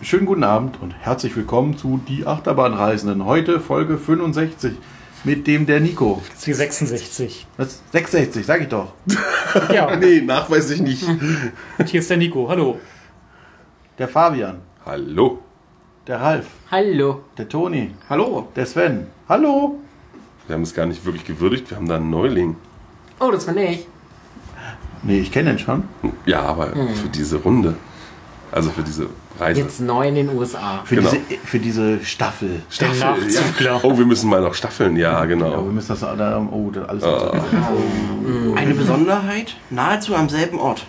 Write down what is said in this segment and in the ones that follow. Schönen guten Abend und herzlich willkommen zu Die Achterbahnreisenden. Heute Folge 65 mit dem der Nico. Das ist die 66. Was? 66, sag ich doch. Ja, Nee, nachweislich nicht. und hier ist der Nico. Hallo. Der Fabian, Hallo. der Ralf, Hallo. der Toni, Hallo. der Sven. Hallo. Wir haben es gar nicht wirklich gewürdigt, wir haben da einen Neuling. Oh, das war ich. Nee, ich kenne den schon. Ja, aber für diese Runde. Also für diese Reise. Jetzt neu in den USA. Für, Genau. diese, für diese Staffel. Der Nachzügler. Oh, wir müssen mal noch staffeln, ja, Aber genau. Ah. wir müssen das alle. Oh, da- alles. Eine Besonderheit, nahezu am selben Ort.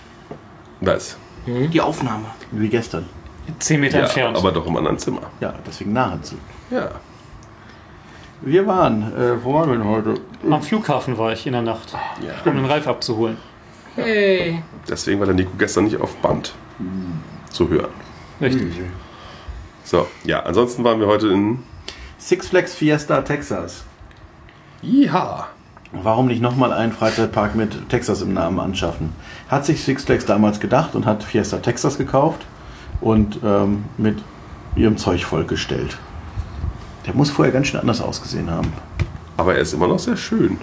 Was? Die Aufnahme. Wie gestern. Zehn Meter Ja, entfernt. aber doch im anderen Zimmer. Ja, deswegen nahezu. Ja. Wir waren. Äh, wo waren wir denn heute? Am Flughafen war ich in der Nacht, um ja. den Ralf abzuholen. Hey. Deswegen war der Nico gestern nicht auf Band zu hören. Hm, Richtig. So, ja, ansonsten waren wir heute in Six Flags Fiesta, Texas. Iha. Warum nicht nochmal einen Freizeitpark mit Texas im Namen anschaffen? Hat sich Six Flags damals gedacht und hat Fiesta Texas gekauft und ähm, mit ihrem Zeug vollgestellt. Der muss vorher ganz schön anders ausgesehen haben. Aber er ist immer noch sehr schön.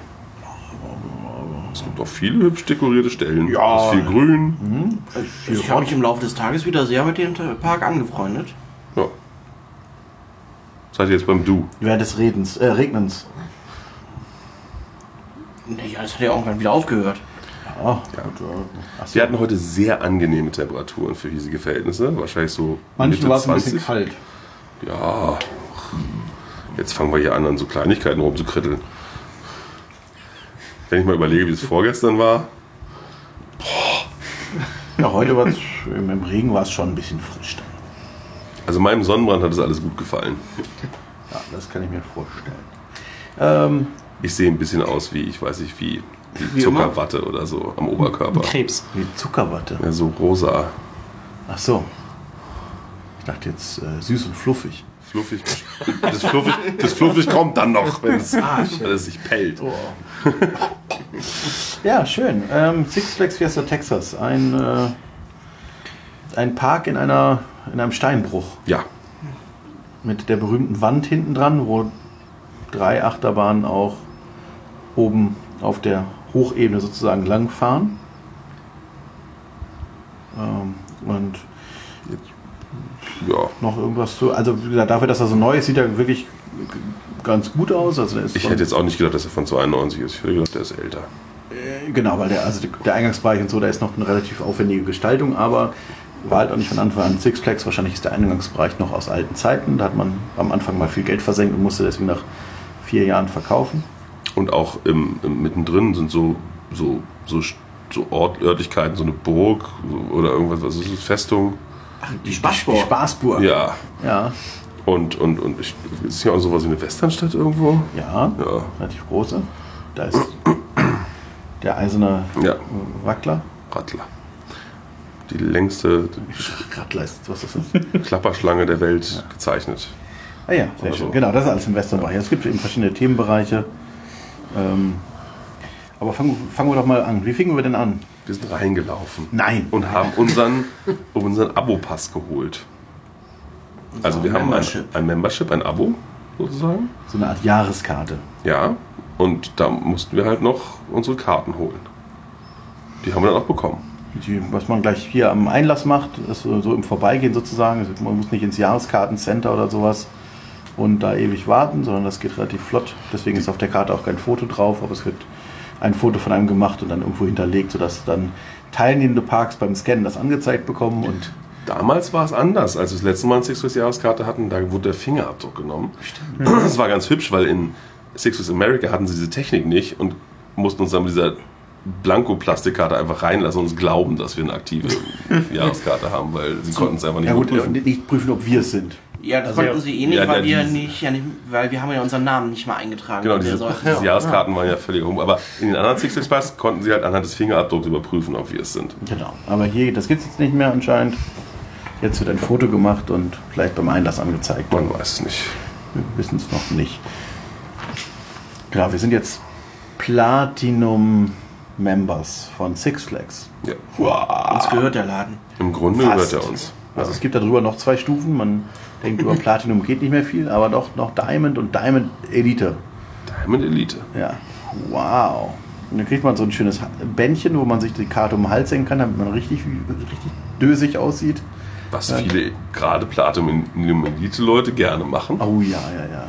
Es gibt auch viele hübsch dekorierte Stellen. Ja. Es ist viel grün. Ich habe mich im Laufe des Tages wieder sehr mit dem Park angefreundet. Ja. Seid ihr jetzt beim Du? Während des Redens, äh, Regnens. Naja, das hat ja irgendwann wieder aufgehört. Ja, gut, äh, ach so. Wir hatten heute sehr angenehme Temperaturen für hiesige Verhältnisse. Wahrscheinlich so Manchen Mitte war es ein bisschen 20. kalt. Ja. Jetzt fangen wir hier an, an so Kleinigkeiten rumzukritteln. Wenn ich mal überlege, wie es vorgestern war. Ja, heute war es, im im Regen war es schon ein bisschen frisch. dann. Also meinem Sonnenbrand hat es alles gut gefallen. Ja, das kann ich mir vorstellen. Ähm, Ich sehe ein bisschen aus wie, ich weiß nicht wie, wie Wie immer. Zuckerwatte oder so am Oberkörper. Krebs. wie Zuckerwatte. Ja, so rosa, Ach so. Ich dachte jetzt äh, süß und fluffig. fluffig. Das fluffig, das fluffig kommt dann noch, wenn es Ah, alles sich pellt. Ja, schön. Ähm, Six Flags Fiesta Texas. Ein, äh, ein Park in, einer, in einem Steinbruch Ja, mit der berühmten Wand hinten dran, wo drei Achterbahnen auch oben auf der Hochebene sozusagen langfahren. Ähm, und ja. noch irgendwas zu. Also wie gesagt, dafür, dass er so neu ist, sieht er wirklich ganz gut aus. Also der ist Ich von- hätte jetzt auch nicht gedacht, dass er von 92 ist. Ich hätte gedacht, der ist älter. Genau, weil der, also der Eingangsbereich und so, da ist noch eine relativ aufwendige Gestaltung, aber war halt auch nicht von Anfang an Six Flags. Wahrscheinlich ist der Eingangsbereich noch aus alten Zeiten. Da hat man am Anfang mal viel Geld versenkt und musste deswegen nach vier Jahren verkaufen. Und auch im, im, mittendrin sind so, so, so, so Ort, Örtlichkeiten, so eine Burg so- oder irgendwas, was ist das? Festung? Die Die Spaßsport. Spaßburg. Ja. Ja, Und, und, und ich, ist hier auch sowas wie eine Westernstadt irgendwo? ja, Ja. relativ große. Da ist der eiserne Ja, Wackler. Rattler. Die längste Radler ist, was das ist. Klapperschlange der Welt gezeichnet. Ah ja, sehr Oder schön. so. Genau, das ist alles im Westernbereich. Es gibt eben verschiedene Themenbereiche. Ähm, aber fangen, fangen wir doch mal an. Wie fingen wir denn an? Wir sind reingelaufen Nein. und haben unseren, unseren Abo-Pass geholt. Also wir haben ein, Membership. ein Membership, ein Abo sozusagen. So eine Art Jahreskarte. Ja, und da mussten wir halt noch unsere Karten holen. Die haben wir dann auch bekommen. Die, was man gleich hier am Einlass macht, ist so so im Vorbeigehen sozusagen. Also Man muss nicht ins Jahreskartencenter oder sowas und da ewig warten, sondern das geht relativ flott. Deswegen ist auf der Karte auch kein Foto drauf, aber es wird ein Foto von einem gemacht und dann irgendwo hinterlegt, sodass dann teilnehmende Parks beim Scannen das angezeigt bekommen und Damals war es anders, als wir das letzte Mal eine Six Flags Jahreskarte hatten, da wurde der Fingerabdruck genommen. Das war ganz hübsch, weil in Six Flags America hatten sie diese Technik nicht und mussten uns dann mit dieser Blanko-Plastikkarte einfach reinlassen und uns glauben, dass wir eine aktive Jahreskarte haben, weil sie konnten es einfach nicht ja gut, prüfen. und nicht prüfen, ob wir es sind. Ja, das konnten sie eh nicht, Also Ja, weil, ja, wir die- nicht, ja nicht, weil wir haben ja unseren Namen nicht mal eingetragen. Genau, Und diese, wir sollten- diese Jahreskarten waren ja völlig rum. Aber in den anderen Six Flags Pass konnten sie halt anhand des Fingerabdrucks überprüfen, ob wir es sind. Genau. Aber hier, das gibt es jetzt nicht mehr anscheinend. Jetzt wird ein Foto gemacht und vielleicht beim Einlass angezeigt. Man weiß es nicht. Wir wissen es noch nicht. Genau, wir sind jetzt Platinum-Members von Six Flags. Ja. Uns gehört der Laden. Im Grunde Fast. gehört er uns. Also es gibt darüber noch zwei Stufen. Man denkt, über Platinum geht nicht mehr viel, aber doch noch Diamond und Diamond Elite. Diamond Elite. Ja. Wow. Und dann kriegt man so ein schönes Bändchen, wo man sich die Karte um den Hals hängen kann, damit man richtig, richtig dösig aussieht. Was viele gerade Platinum Elite Leute gerne machen. Oh ja, ja, ja. Ein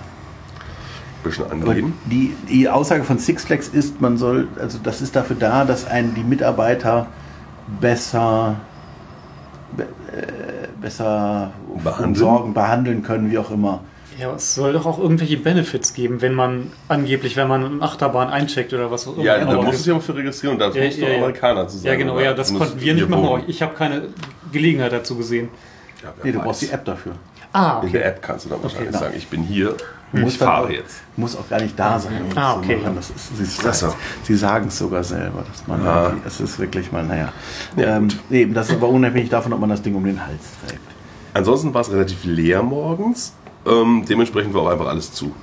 bisschen Aber angeben. die, die Aussage von Six Flags ist, man soll, also das ist dafür da, dass einen die Mitarbeiter besser, be, äh, besser Behandeln? Sorgen behandeln können, wie auch immer. Ja, aber es soll doch auch irgendwelche Benefits geben, wenn man angeblich, wenn man in Achterbahn eincheckt oder was auch immer. Ja, Aber da musst du das- dich aber für registrieren und da genau. Ja, musst du ja, ja. Amerikaner zu sein. ja genau, oder? ja, das Du konnten musst wir nicht hier machen. wohnen. aber Ich habe keine Gelegenheit dazu gesehen. Ja, wer Nee, du weiß. brauchst die App dafür. Ah, In der App kannst du dann wahrscheinlich genau. sagen, ich bin hier, Du ich musst dann auch, fahre jetzt. Muss auch gar nicht da sein. um das Ah, zu okay. machen. Das ist, sie Ach so. sagen- sie sagen es sogar selber. Dass man Ah. irgendwie- Es ist wirklich mal, naja. Ja, ähm, gut. eben, das ist aber unabhängig davon, ob man das Ding um den Hals trägt. Ansonsten war es relativ leer morgens. Ähm, dementsprechend war auch einfach alles zu.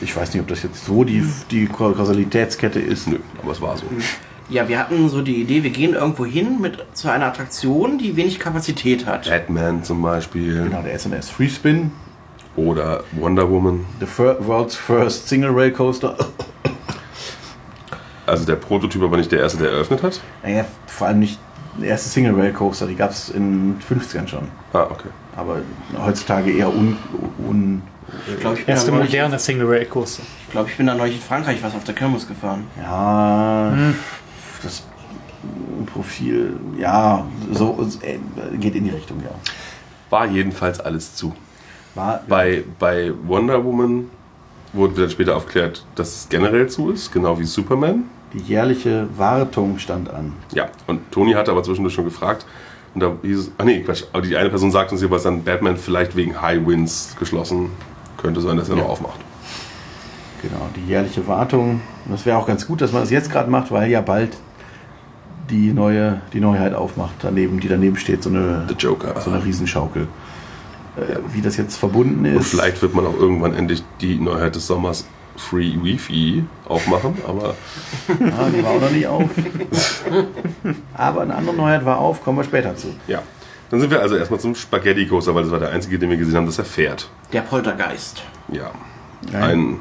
Ich weiß nicht, ob das jetzt so die, die Kausalitätskette ist. Nö, aber es war so. Ja, wir hatten so die Idee, wir gehen irgendwo hin mit zu einer Attraktion, die wenig Kapazität hat. Batman zum Beispiel Genau, der SNS Free Spin, oder Wonder Woman. the fir world's first single rail coaster. Also der Prototyp, aber nicht der erste, der eröffnet hat. Naja, vor allem nicht der erste single rail coaster, die gab es in den 50ern schon. Ah, okay. Aber heutzutage eher un. un Ich glaube, ich, bin da erste neulich- moderne Single Rail Coaster. ich, glaub, ich bin da neulich in Frankreich was auf der Kirmes gefahren. ja, Hm. das Profil, ja, so äh, geht in die Richtung, ja. War jedenfalls alles zu. War, Bei, bei Wonder Woman wurde dann später aufgeklärt, dass es generell zu ist, genau wie Superman. die jährliche Wartung stand an. Ja, und Toni hatte aber zwischendurch schon gefragt. Und da hieß es, ah nee, Quatsch, aber die eine Person sagt uns hier, was dann Batman vielleicht wegen High Winds geschlossen könnte sein, dass er noch aufmacht. Genau, die jährliche Wartung. Und das wäre auch ganz gut, dass man das jetzt gerade macht, weil ja bald die neue die Neuheit aufmacht, daneben, die daneben steht, so eine, The Joker. so eine Riesenschaukel. Äh, wie das jetzt verbunden ist. Und vielleicht wird man auch irgendwann endlich die Neuheit des Sommers Free Wi-Fi aufmachen, aber Ah, die war auch noch nicht auf. Aber eine andere Neuheit war auf, kommen wir später zu. ja. Dann sind wir also erstmal zum Spaghetti Coaster, weil das war der einzige, den wir gesehen haben, dass er fährt. Der Poltergeist. Ja. Ein Ein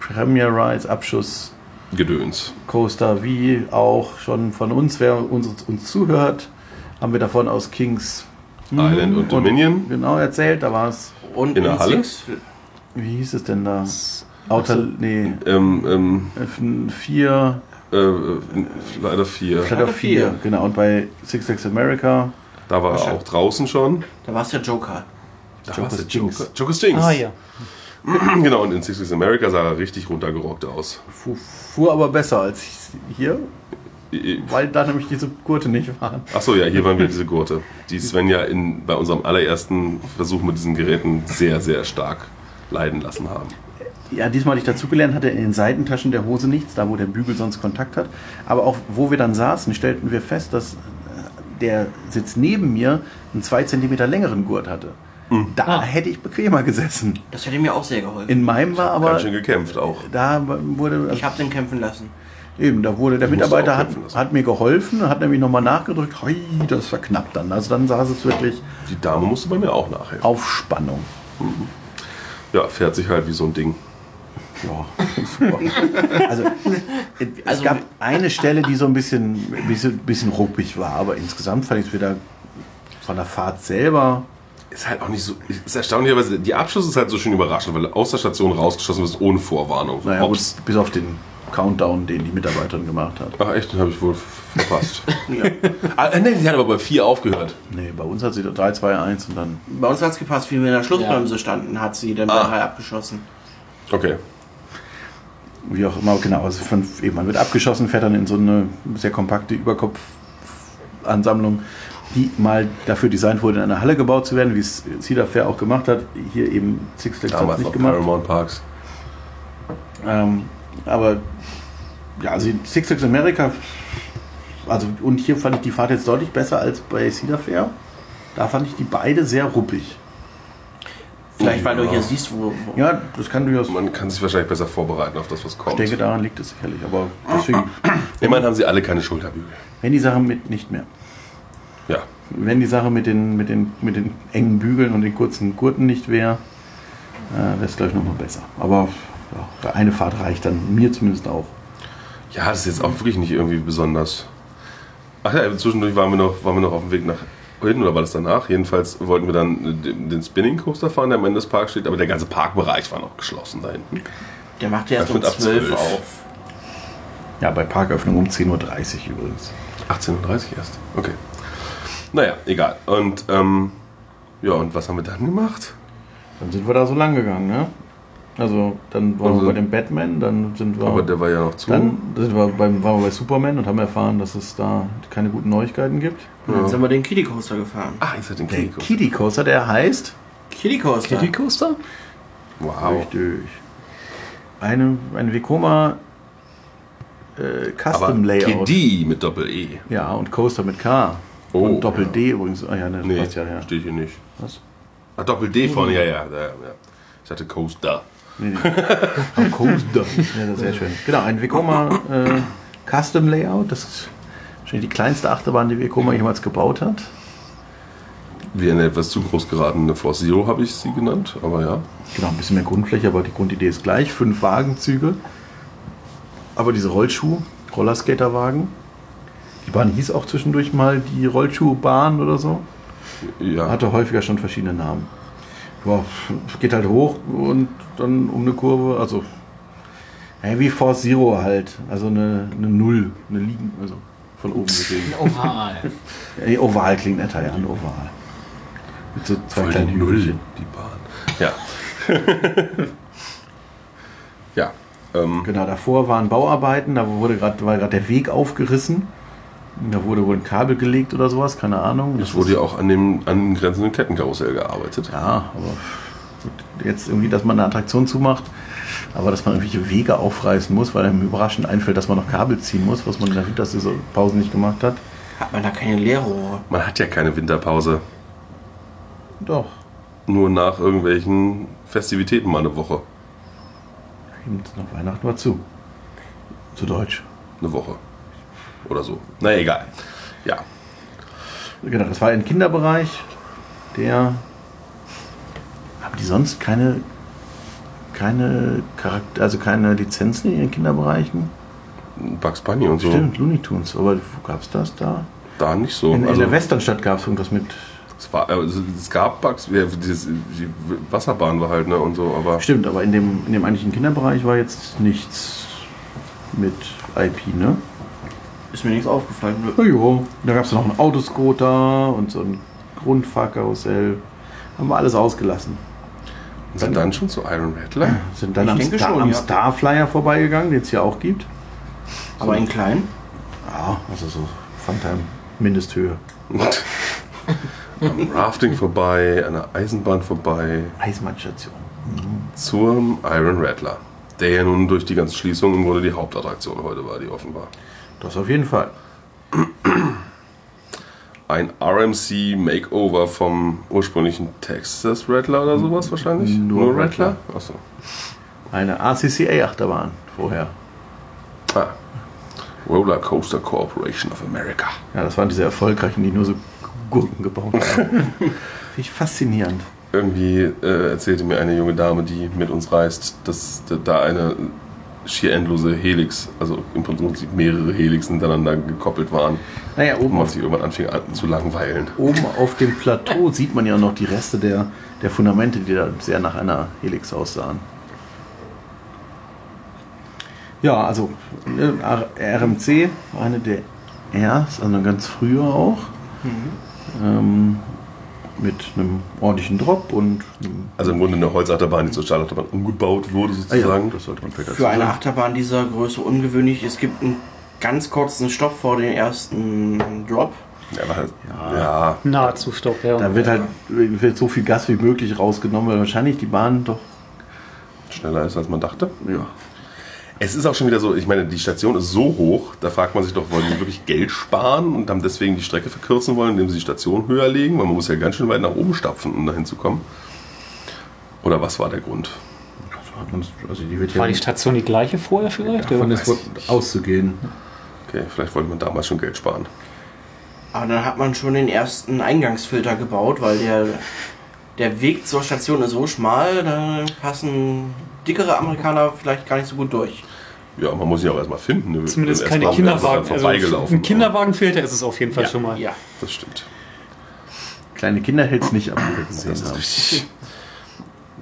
Premier Rise Abschuss Gedöns. Coaster, wie auch schon von uns, wer uns, uns zuhört, haben wir davon aus Kings Island und Dominion. genau erzählt. Da war es, Und In der in Halle? Six, wie hieß es denn da? Outer, nee, Ähm, ähm, F- vier, äh, äh, leider vier. Shadow Shadow 4. vier. Genau, und bei Six Flags America. Da war er auch draußen schon. da war es der Joker. Da Joker's war's der Jinx. Joker. Joker's Jinx. Ah ja. Genau, und in Six Flags America sah er richtig runtergerockt aus. Fu- Fuhr aber besser als hier, I- weil da nämlich diese Gurte nicht waren. Achso, ja, hier waren wieder diese Gurte, die Svenja in, bei unserem allerersten Versuch mit diesen Geräten sehr, sehr stark leiden lassen haben. Ja, diesmal nicht dazugelernt, hatte in den Seitentaschen der Hose nichts, da wo der Bügel sonst Kontakt hat. Aber auch wo wir dann saßen, stellten wir fest, dass äh, der Sitz neben mir einen 2 cm längeren Gurt hatte. Mhm. Da hätte ich bequemer gesessen. Das hätte mir auch sehr geholfen. In meinem war aber. Ganz schön gekämpft auch. Da wurde. ich habe den kämpfen lassen. Eben, da wurde der musst Mitarbeiter auch hat, kämpfen lassen. hat mir geholfen, hat nämlich nochmal nachgedrückt, hoi, das war knapp dann. Also dann saß es wirklich Die Dame musste bei mir auch nachhelfen. auf Spannung. Ja, fährt sich halt wie so ein Ding. Ja, super. Also, es Also- gab eine Stelle, die so ein bisschen, ein bisschen, bisschen ruppig war, aber insgesamt fand ich es wieder von der Fahrt selber. Ist halt auch nicht so. Ist erstaunlicherweise. Die Abschluss ist halt so schön überraschend, weil du aus der Station rausgeschossen bist ohne Vorwarnung. Naja, gut, Ups. bis auf den Countdown, den die Mitarbeiterin gemacht hat. Ach echt, den habe ich wohl verpasst. ah, äh, nee, die hat aber bei vier aufgehört. Nee, bei uns hat sie 3, 2, 1 und dann. Bei uns hat's gepasst, wie wir in der Schlussbremse standen, hat sie dann Ah. nachher abgeschossen. Okay. wie auch immer, genau, also von, eben, man wird abgeschossen, fährt dann in so eine sehr kompakte Überkopfansammlung, die mal dafür designt wurde, in einer Halle gebaut zu werden, wie es Cedar Fair auch gemacht hat. Hier eben Six Flags hat es Damals nicht noch gemacht. Paramount Parks. Ähm, aber ja, also Six Flags America, also und hier fand ich die Fahrt jetzt deutlich besser als bei Cedar Fair. Da fand ich die beide sehr ruppig. Vielleicht, weil du Ja. hier siehst, wo. wo Ja, das kann durchaus. Man kann sich wahrscheinlich besser vorbereiten auf das, was Ich kommt. denke, daran liegt es sicherlich. Aber deswegen, Immerhin haben sie alle keine Schulterbügel. wenn die Sachen mit nicht mehr. Ja. wenn die Sache mit den, mit den, mit den engen Bügeln und den kurzen Gurten nicht wäre, äh, wäre es, glaube ich, nochmal besser. Aber ja, eine Fahrt reicht dann mir zumindest auch. Ja, das ist jetzt auch wirklich nicht irgendwie besonders. Ach ja, zwischendurch waren wir noch, waren wir noch auf dem Weg nach hin oder war das danach? Jedenfalls wollten wir dann äh, den den Spinning Coaster fahren, der am Ende des Parks steht, aber der ganze Parkbereich war noch geschlossen da hinten. Der macht ja erst Das um wird ab 12 12. auf. Ja, bei Parköffnung um 10.30 Uhr übrigens. 18.30 Uhr erst. Okay. Naja, egal. Und ähm, ja, und was haben wir dann gemacht? Dann sind wir da so lang gegangen, ne? Also, dann waren wir Also- bei dem Batman, dann sind wir. Aber der war ja noch zu. dann sind wir beim, waren wir bei Superman und haben erfahren, dass es da keine guten Neuigkeiten gibt. Und Dann sind wir den Kiddie Coaster gefahren. ah, ich hatte den Der Krieg. Kiddie Coaster, der heißt. Kiddie Coaster. Kitty Coaster? Wow. Richtig. Eine, ein Vekoma äh, Custom Aber Layout. KD mit E. Doppel-E. Ja, und Coaster mit K. Oh, und Doppel ja. D übrigens. Ah ja, ne, das Nee, passt ja, ja. steht hier nicht. Was? Mhm. Ah, Doppel-D vorne, ja, ja, ja, ja. Ich hatte Coaster. Nee, nee. Ah, Coaster. ja, das ist sehr schön. Genau, ein Vekoma äh, Custom Layout. Das ist wahrscheinlich die kleinste Achterbahn, die Vekoma jemals gebaut hat. Wie eine etwas zu groß geratene Force Zero habe ich sie genannt, aber ja. Genau, ein bisschen mehr Grundfläche, aber die Grundidee ist gleich. Fünf Wagenzüge. Aber diese Rollschuh, Rollerskaterwagen. Die Bahn hieß auch zwischendurch mal die Rollschuhbahn oder so. ja. Hatte häufiger schon verschiedene Namen. Boah, geht halt hoch und dann um eine Kurve, also ja, wie Force Zero halt. Also eine, eine Null, eine Liegen, also von oben gesehen. Oval. Ey, oval klingt netter, ja, ein Oval. Mit so zwei Voll kleinen die Null, Hügelchen. die Bahn. Ja. ja. Ähm, Genau, davor waren Bauarbeiten, da wurde gerade war gerade der Weg aufgerissen. Da wurde wohl ein Kabel gelegt oder sowas, keine Ahnung. es wurde ja auch an dem angrenzenden Kettenkarussell gearbeitet. Ja, aber jetzt irgendwie, dass man eine Attraktion zumacht, aber dass man irgendwelche Wege aufreißen muss, weil einem überraschend einfällt, dass man noch Kabel ziehen muss, was man in der Wintersaison Pause nicht gemacht hat. Hat man da keine Leerrohre? Man hat ja keine Winterpause. Doch, Nur nach irgendwelchen Festivitäten mal eine Woche. eben noch Weihnachten war zu. Zu Deutsch. Eine Woche. Oder so. Naja, egal. Ja. Genau, das war ein Kinderbereich, der. Haben die sonst keine. keine Charakter, also keine Lizenzen in ihren Kinderbereichen? Bugs Bunny und so. Stimmt, Looney Tunes, aber gab es das da? Da nicht so. In, in Also, der Westernstadt gab es irgendwas mit es, war, also, es gab Bugs. Ja, dieses, die Wasserbahn war halt, ne? Und so, aber. Stimmt, aber in dem, in dem eigentlichen Kinderbereich war jetzt nichts mit IP, ne? Ist mir nichts aufgefallen. Nö. Na jo. Da gab es noch einen Autoscooter und so ein Grundfahrkarussell. Haben wir alles ausgelassen. Sind dann schon zu Iron Rattler? Sind dann Ich am, denke Star, schon, am ja. Starflyer vorbeigegangen, den es ja auch gibt. Aber in klein. Ja, also so Funtime Mindesthöhe. Am Rafting vorbei, an der Eisenbahn vorbei, Eismannstation. zum Iron Rattler. Der ja nun durch die ganze Schließung im Grunde die Hauptattraktion heute war, die offen war. Das auf jeden Fall. Ein RMC Makeover vom ursprünglichen Texas Rattler oder sowas wahrscheinlich? Nur Rattler. Achso. Eine ACCA-Achterbahn vorher. Ah. Roller Coaster Corporation of America. Ja, das waren diese erfolgreichen, die nur so Gurken gebaut haben. Finde ich faszinierend. Irgendwie äh, erzählte mir eine junge Dame, die mit uns reist, dass da eine schier endlose Helix, also im Prinzip mehrere Helixen miteinander gekoppelt waren. Naja, Und oben man auf sich irgendwann anfing an, zu langweilen. Oben auf dem Plateau sieht man ja noch die Reste der, der Fundamente, die da sehr nach einer Helix aussahen. Ja, also ne, R- RMC, eine der erst, also ganz früher auch. Ähm, mit einem ordentlichen Drop und einem Also im Grunde eine Holzachterbahn, die zur Stahlachterbahn umgebaut wurde sozusagen. Ah das sollte man vielleicht dazu Für eine sagen. Achterbahn dieser Größe ungewöhnlich. Es gibt einen ganz kurzen Stopp vor dem ersten Drop. Ja, aber, ja. Nahezu Stopp, ja. Da wird halt wird so viel Gas wie möglich rausgenommen, weil wahrscheinlich die Bahn doch. schneller ist, als man dachte. Ja. Es ist auch schon wieder so, ich meine, die Station ist so hoch, da fragt man sich doch, wollen die wirklich Geld sparen und haben deswegen die Strecke verkürzen wollen, indem sie die Station höher legen, weil man muss ja ganz schön weit nach oben stapfen, um dahin zu kommen. Oder was war der Grund? Also die wird War ja die Station die gleiche vorher vielleicht? davon oder? ist wohl auszugehen. Okay, vielleicht wollte man damals schon Geld sparen. Aber dann hat man schon den ersten Eingangsfilter gebaut, weil der, der Weg zur Station ist so schmal, da passen dickere Amerikaner vielleicht gar nicht so gut durch. Ja, man muss ihn auch erstmal finden. ne? Wir Zumindest sind keine erst mal- Kinderwagen. wir sind Also vorbeigelaufen. ein Kinderwagenfilter ist es auf jeden Fall schon mal. Ja. Das stimmt. Kleine Kinder hält es nicht ab. wie wir gesehen Das ist haben. richtig.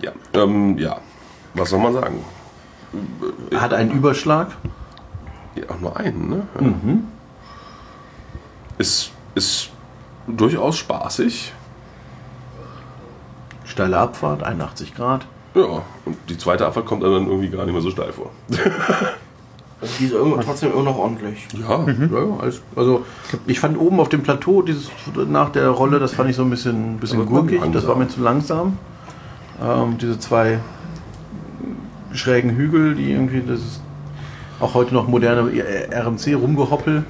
Ja. Ähm, ja. Was soll man sagen? Er hat einen Überschlag. Ja, auch nur einen, ne? Ja. Mhm. Ist, ist durchaus spaßig. Steile Abfahrt, 81 Grad. Ja, und die zweite Abfahrt kommt einem dann irgendwie gar nicht mehr so steil vor. Also die ist irgendwo trotzdem immer noch ordentlich. Ja, Mhm. Ja, ja, alles, also ich fand oben auf dem Plateau dieses nach der Rolle, das fand ich so ein bisschen, bisschen Das war gurkig, das war langsam. mir zu langsam. Ähm, diese zwei schrägen Hügel, die irgendwie das ist auch heute noch moderne RMC rumgehoppel.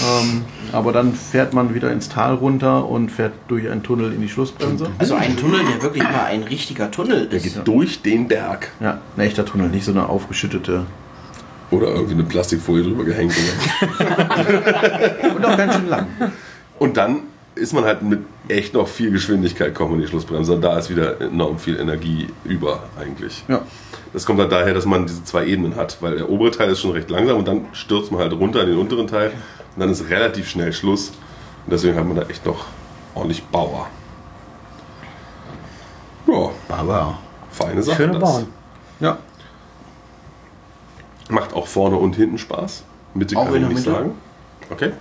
Ähm, aber dann fährt man wieder ins Tal runter und fährt durch einen Tunnel in die Schlussbremse. Also ein Tunnel, der wirklich mal ein richtiger Tunnel der ist. geht durch den Berg. Ja, ein echter Tunnel, nicht so eine aufgeschüttete. Oder irgendwie eine Plastikfolie drüber gehängt. oder? Und auch ganz schön lang. und dann ist man halt mit echt noch viel Geschwindigkeit kommen in die Schlussbremse. Und Da ist wieder enorm viel Energie über eigentlich. Ja. Das kommt halt daher, dass man diese zwei Ebenen hat, weil der obere Teil ist schon recht langsam und dann stürzt man halt runter in den unteren Teil und dann ist relativ schnell Schluss. Und deswegen hat man da echt noch ordentlich Bauer. Ja, Aber feine Sache. Schöne das. Bahn. ja, Macht auch vorne und hinten Spaß. Mitte Auch kann in ich der nicht Mitte? sagen. Okay.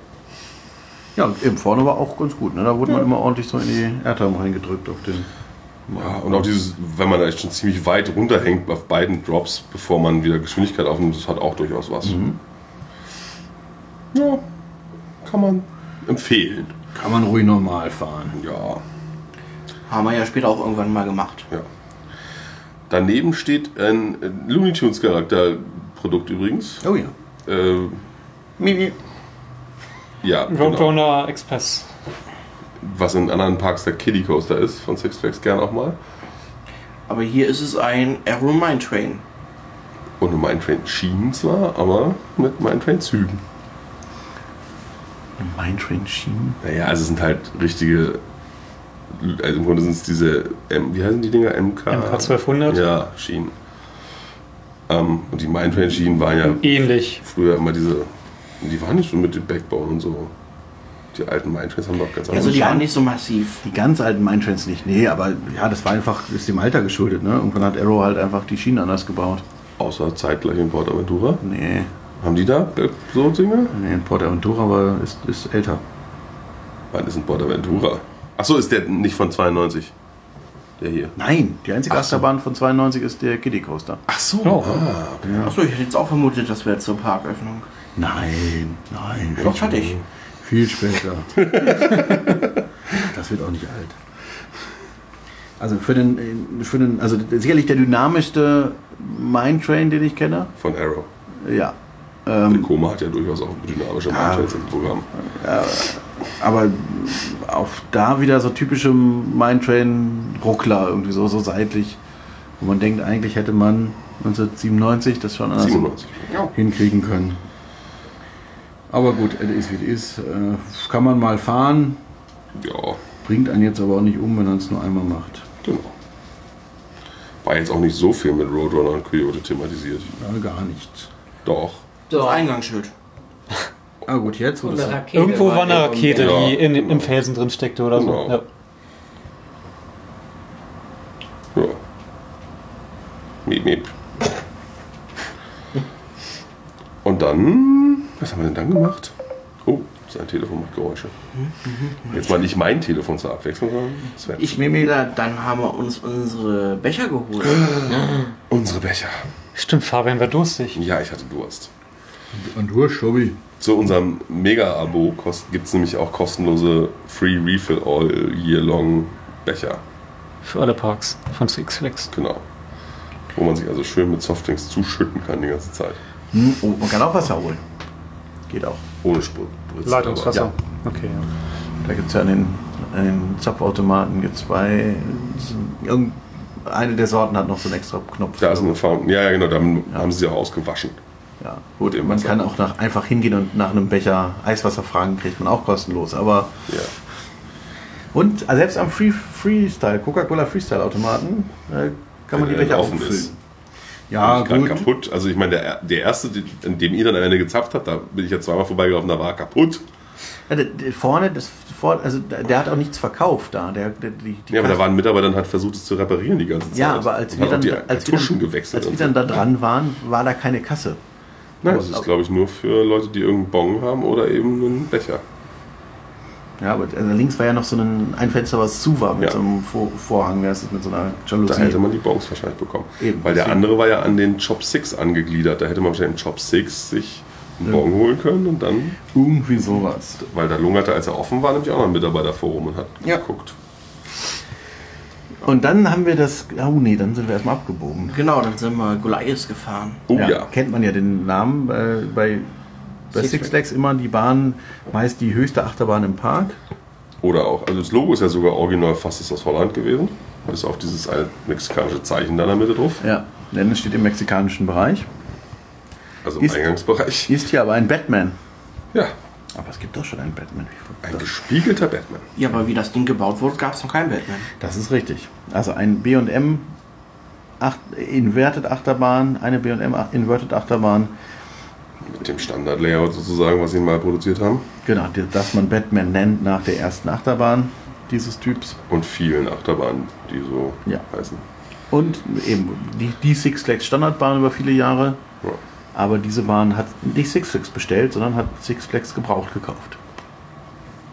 Ja, und eben vorne war auch ganz gut. Ne? Da wurde man immer ordentlich so in die Erdteilung reingedrückt auf den. Ja, und auch dieses, wenn man da echt schon ziemlich weit runterhängt auf beiden Drops, bevor man wieder Geschwindigkeit aufnimmt, das hat auch durchaus was. Ja, kann man empfehlen. Kann man ruhig normal fahren. Ja, Haben wir ja später auch irgendwann mal gemacht. ja. Daneben steht ein äh, Looney Tunes Charakterprodukt übrigens. Oh ja. Äh, Mimi. ja, genau. Roadrunner Express. was in anderen Parks der Kiddie Coaster ist, von Six Flags gern auch mal. Aber hier ist es ein Aero Mine Train. Ohne Mine Train Schienen zwar, aber mit Mine Train Zügen. Mindtrain Schienen. Naja, also es sind halt richtige. Also im Grunde sind es diese. M, wie heißen die Dinger? MK. MK 1200. Ja, Schienen. Ähm, und die Mindtrain-Schienen waren ja Ähnlich. früher immer diese. Die waren nicht so mit dem Backbone und so. Die alten Mindtrains haben doch ganz Also andere. die Schein- waren nicht so massiv. Die ganz alten Mindtrains nicht. Nee, aber ja, das war einfach, ist dem Alter geschuldet. Ne? Irgendwann hat Arrow halt einfach die Schienen anders gebaut. Außer zeitgleich in Port Aventura. Nee, Haben die da äh, so Dinge? nee in Port Aventura war, ist, ist älter. Wann ist ein Port Aventura? Achso, ist der nicht von 92? Der hier. Nein, die einzige Ach so. Achterbahn von 92 ist der Kiddie Coaster. Ach so. Ah, okay. Achso, ich hätte jetzt auch vermutet, das wäre zur Parköffnung. Nein, nein. Doch, hatte ich. Viel später. das wird auch nicht alt. Also für den, für den, also sicherlich der dynamischste Mindtrain, den ich kenne. Von Arrow. Ja. Ähm, Der Koma hat ja durchaus auch dynamische Mindtrains im Programm. Aber auch da wieder so typische Mindtrain-Ruckler, irgendwie so, so seitlich. Wo man denkt, eigentlich hätte man 1997 das schon anders 97. hinkriegen können. Aber gut, es ist wie es ist. Äh, Kann man mal fahren, Ja, bringt einen jetzt aber auch nicht um, wenn man es nur einmal macht. genau. War jetzt auch nicht so viel mit Roadrunner und Coyote thematisiert. Ja, gar nichts. Doch. Das So, Eingangsschild. Ah gut, jetzt. wo und das- eine Rakete Irgendwo war eine irgendwo im Rakete, Ja, die in, genau. im Felsen drin steckte oder so. Genau. Ja. Ja. Miep, miep. Und dann. Was haben wir denn dann gemacht? Oh, sein Telefon macht Geräusche. Jetzt mal nicht mein Telefon zur Abwechslung, sondern Sven. Ich nehme da, dann haben wir uns unsere Becher geholt. Unsere Becher. Stimmt, Fabian war durstig. Ja, ich hatte Durst. Und du, Schobi. Zu unserem Mega-Abo gibt es nämlich auch kostenlose Free Refill All Year Long Becher. Für alle Parks von Six Flags. Genau. Wo man sich also schön mit Softdrinks zuschütten kann die ganze Zeit. Hm, oh, man kann auch Wasser holen. Geht auch. Ohne Spur. Leitungswasser. aber- Okay, ja. Da gibt es ja an den, an den Zapfautomaten gibt's zwei. irgend- Eine der Sorten hat noch so einen extra Knopf. Da ist eine Fountain. Ja, ja, genau, damit haben sie sie auch ausgewaschen. Ja. Gut, eben man was kann anderes. auch nach, einfach hingehen und nach einem Becher Eiswasser fragen, kriegt man auch kostenlos. Aber Ja. und äh, selbst am Free Freestyle, Coca-Cola Freestyle-Automaten, äh, kann man die Wenn er Becher offen auffüllen. ist. Ja, ich war Ah, gut. kaputt. Also ich meine, der, der erste, die- an dem ihr dann am Ende gezapft habt, da bin ich ja zweimal vorbeigelaufen, da war er kaputt. Ja, der, der Also, vorne, das, vor, also der, der hat auch nichts verkauft da. Der, der, die, die Ja, aber da Kasse- waren Mitarbeiter und hat versucht, es zu reparieren die ganze Zeit. ja, aber als Und wir, hat auch dann, die als, wir Tuschen dann, gewechselt. als wir und dann so. da dran waren, war da keine Kasse. Ne? Nein, das ist, glaube ich, nur für Leute, die irgendeinen Bon haben oder eben einen Becher. Ja, aber also links war ja noch so ein, ein Fenster, was zu war mit Ja. so einem Vor Vorhang, wer ist das mit so einer Jalousie. Da hätte man die Bons wahrscheinlich bekommen. Eben, Weil der deswegen. andere war ja an den Chop 6 angegliedert. Da hätte man wahrscheinlich den Chop 6 sich einen Bon holen können und dann, Irgendwie sowas. weil da lungerte, als er offen war, nämlich auch noch ein Mitarbeiterforum und hat Ja. geguckt. Und dann haben wir das. Oh nee, dann sind wir erstmal abgebogen. Genau, dann sind wir Goliath gefahren. Oh ja. Kennt man ja den Namen äh, bei, bei Six Six Flags immer die Bahn, meist die höchste Achterbahn im Park. Oder auch, also das Logo ist ja sogar original fast ist aus Holland gewesen. Bis auf dieses eine mexikanische Zeichen da in der Mitte drauf. Ja. Denn es steht im mexikanischen Bereich. Also im Ist- Eingangsbereich. Ist hier aber ein Batman. Ja, Aber es gibt doch schon einen Batman. ein gespiegelter Batman. Ja, aber wie das Ding gebaut wurde, gab es noch kein Batman. Das ist richtig. Also ein BM acht- Inverted Achterbahn, eine BM ach- Inverted Achterbahn. Mit dem Standard-Layout sozusagen, was sie mal produziert haben. Genau, die- das man Batman nennt nach der ersten Achterbahn dieses Typs. Und vielen Achterbahnen, die so Ja. heißen. Und eben die, die Six Flags Standardbahn über viele Jahre. Ja. Aber diese Bahn hat nicht Six Flags bestellt, sondern hat Six Flags gebraucht gekauft.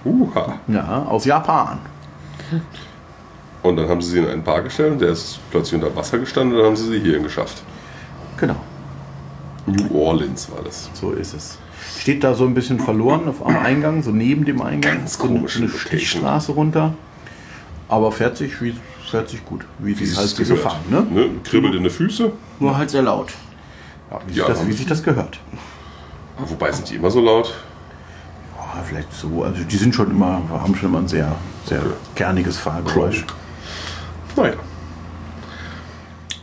Uha. Ja, aus Japan. Und dann haben sie sie in einen Park gestellt und der ist plötzlich unter Wasser gestanden und dann haben sie sie hierhin geschafft. Genau, New Orleans war das. so ist es. Steht da so ein bisschen verloren auf, am Eingang, so neben dem Eingang. Ganz so eine, komische eine Location. Stichstraße runter. Aber fährt sich, wie, fährt sich gut, wie sie es halt so gehört. fahren. Ne? Ne? Kribbelt in die Füße. Nur halt sehr laut. Ja, wie, sich Ja, das, haben- wie sich das gehört. Wobei sind die immer so laut. Ja, vielleicht so. Also die sind schon immer, haben schon immer ein sehr, sehr kerniges Fahrgeräusch. Naja.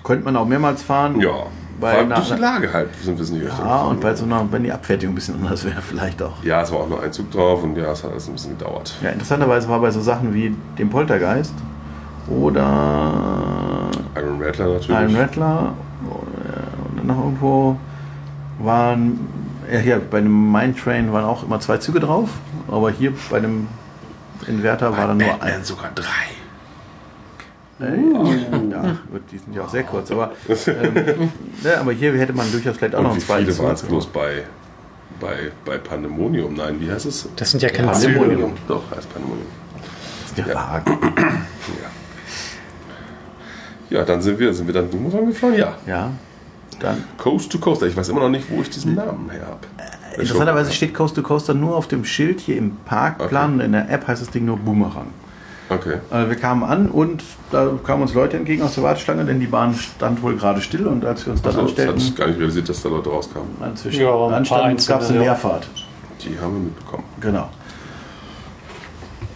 Könnte man auch mehrmals fahren. Ja. Bei Vor allem einer- durch die Lage halt sind wir es nicht ne? Ja, und bei so einer, wenn die Abfertigung ein bisschen anders wäre, vielleicht auch. Ja, es war auch nur ein Zug drauf und ja, es hat alles ein bisschen gedauert. Ja, interessanterweise war bei so Sachen wie dem Poltergeist oder Iron Rattler natürlich. einem Rattler äh, und dann noch irgendwo waren, ja, hier bei einem Mine Train waren auch immer zwei Züge drauf, aber hier bei dem Inverter war dann nur ein. Äh, sogar drei. Uh. Ja, gut, die sind ja auch sehr kurz, aber, ähm, ne, aber hier hätte man durchaus vielleicht auch noch Und einen wie zweiten viele Zug. waren es bloß bei, bei, bei Pandemonium? Nein, wie heißt es? Das sind ja keine Züge. Pandemonium. Doch, heißt Pandemonium. Der Ja. Wagen. Ja. Ja, dann sind wir, sind wir dann Dumos angefahren? Ja. Ja. Dann, Coast to Coaster. Ich weiß immer noch nicht, wo ich diesen Namen her habe. interessanterweise steht Coast to Coaster nur auf dem Schild hier im Parkplan Okay. und in der App heißt das Ding nur Boomerang. Okay. Äh, wir kamen an und da kamen uns Leute entgegen aus der Warteschlange, denn die Bahn stand wohl gerade still und als wir uns dann Also, das hatte anstellten, ich gar nicht realisiert, dass da Leute rauskamen. als wir Ja, ein paar anstanden, Einzelne, gab es eine ja. Leerfahrt. Die haben wir mitbekommen. Genau.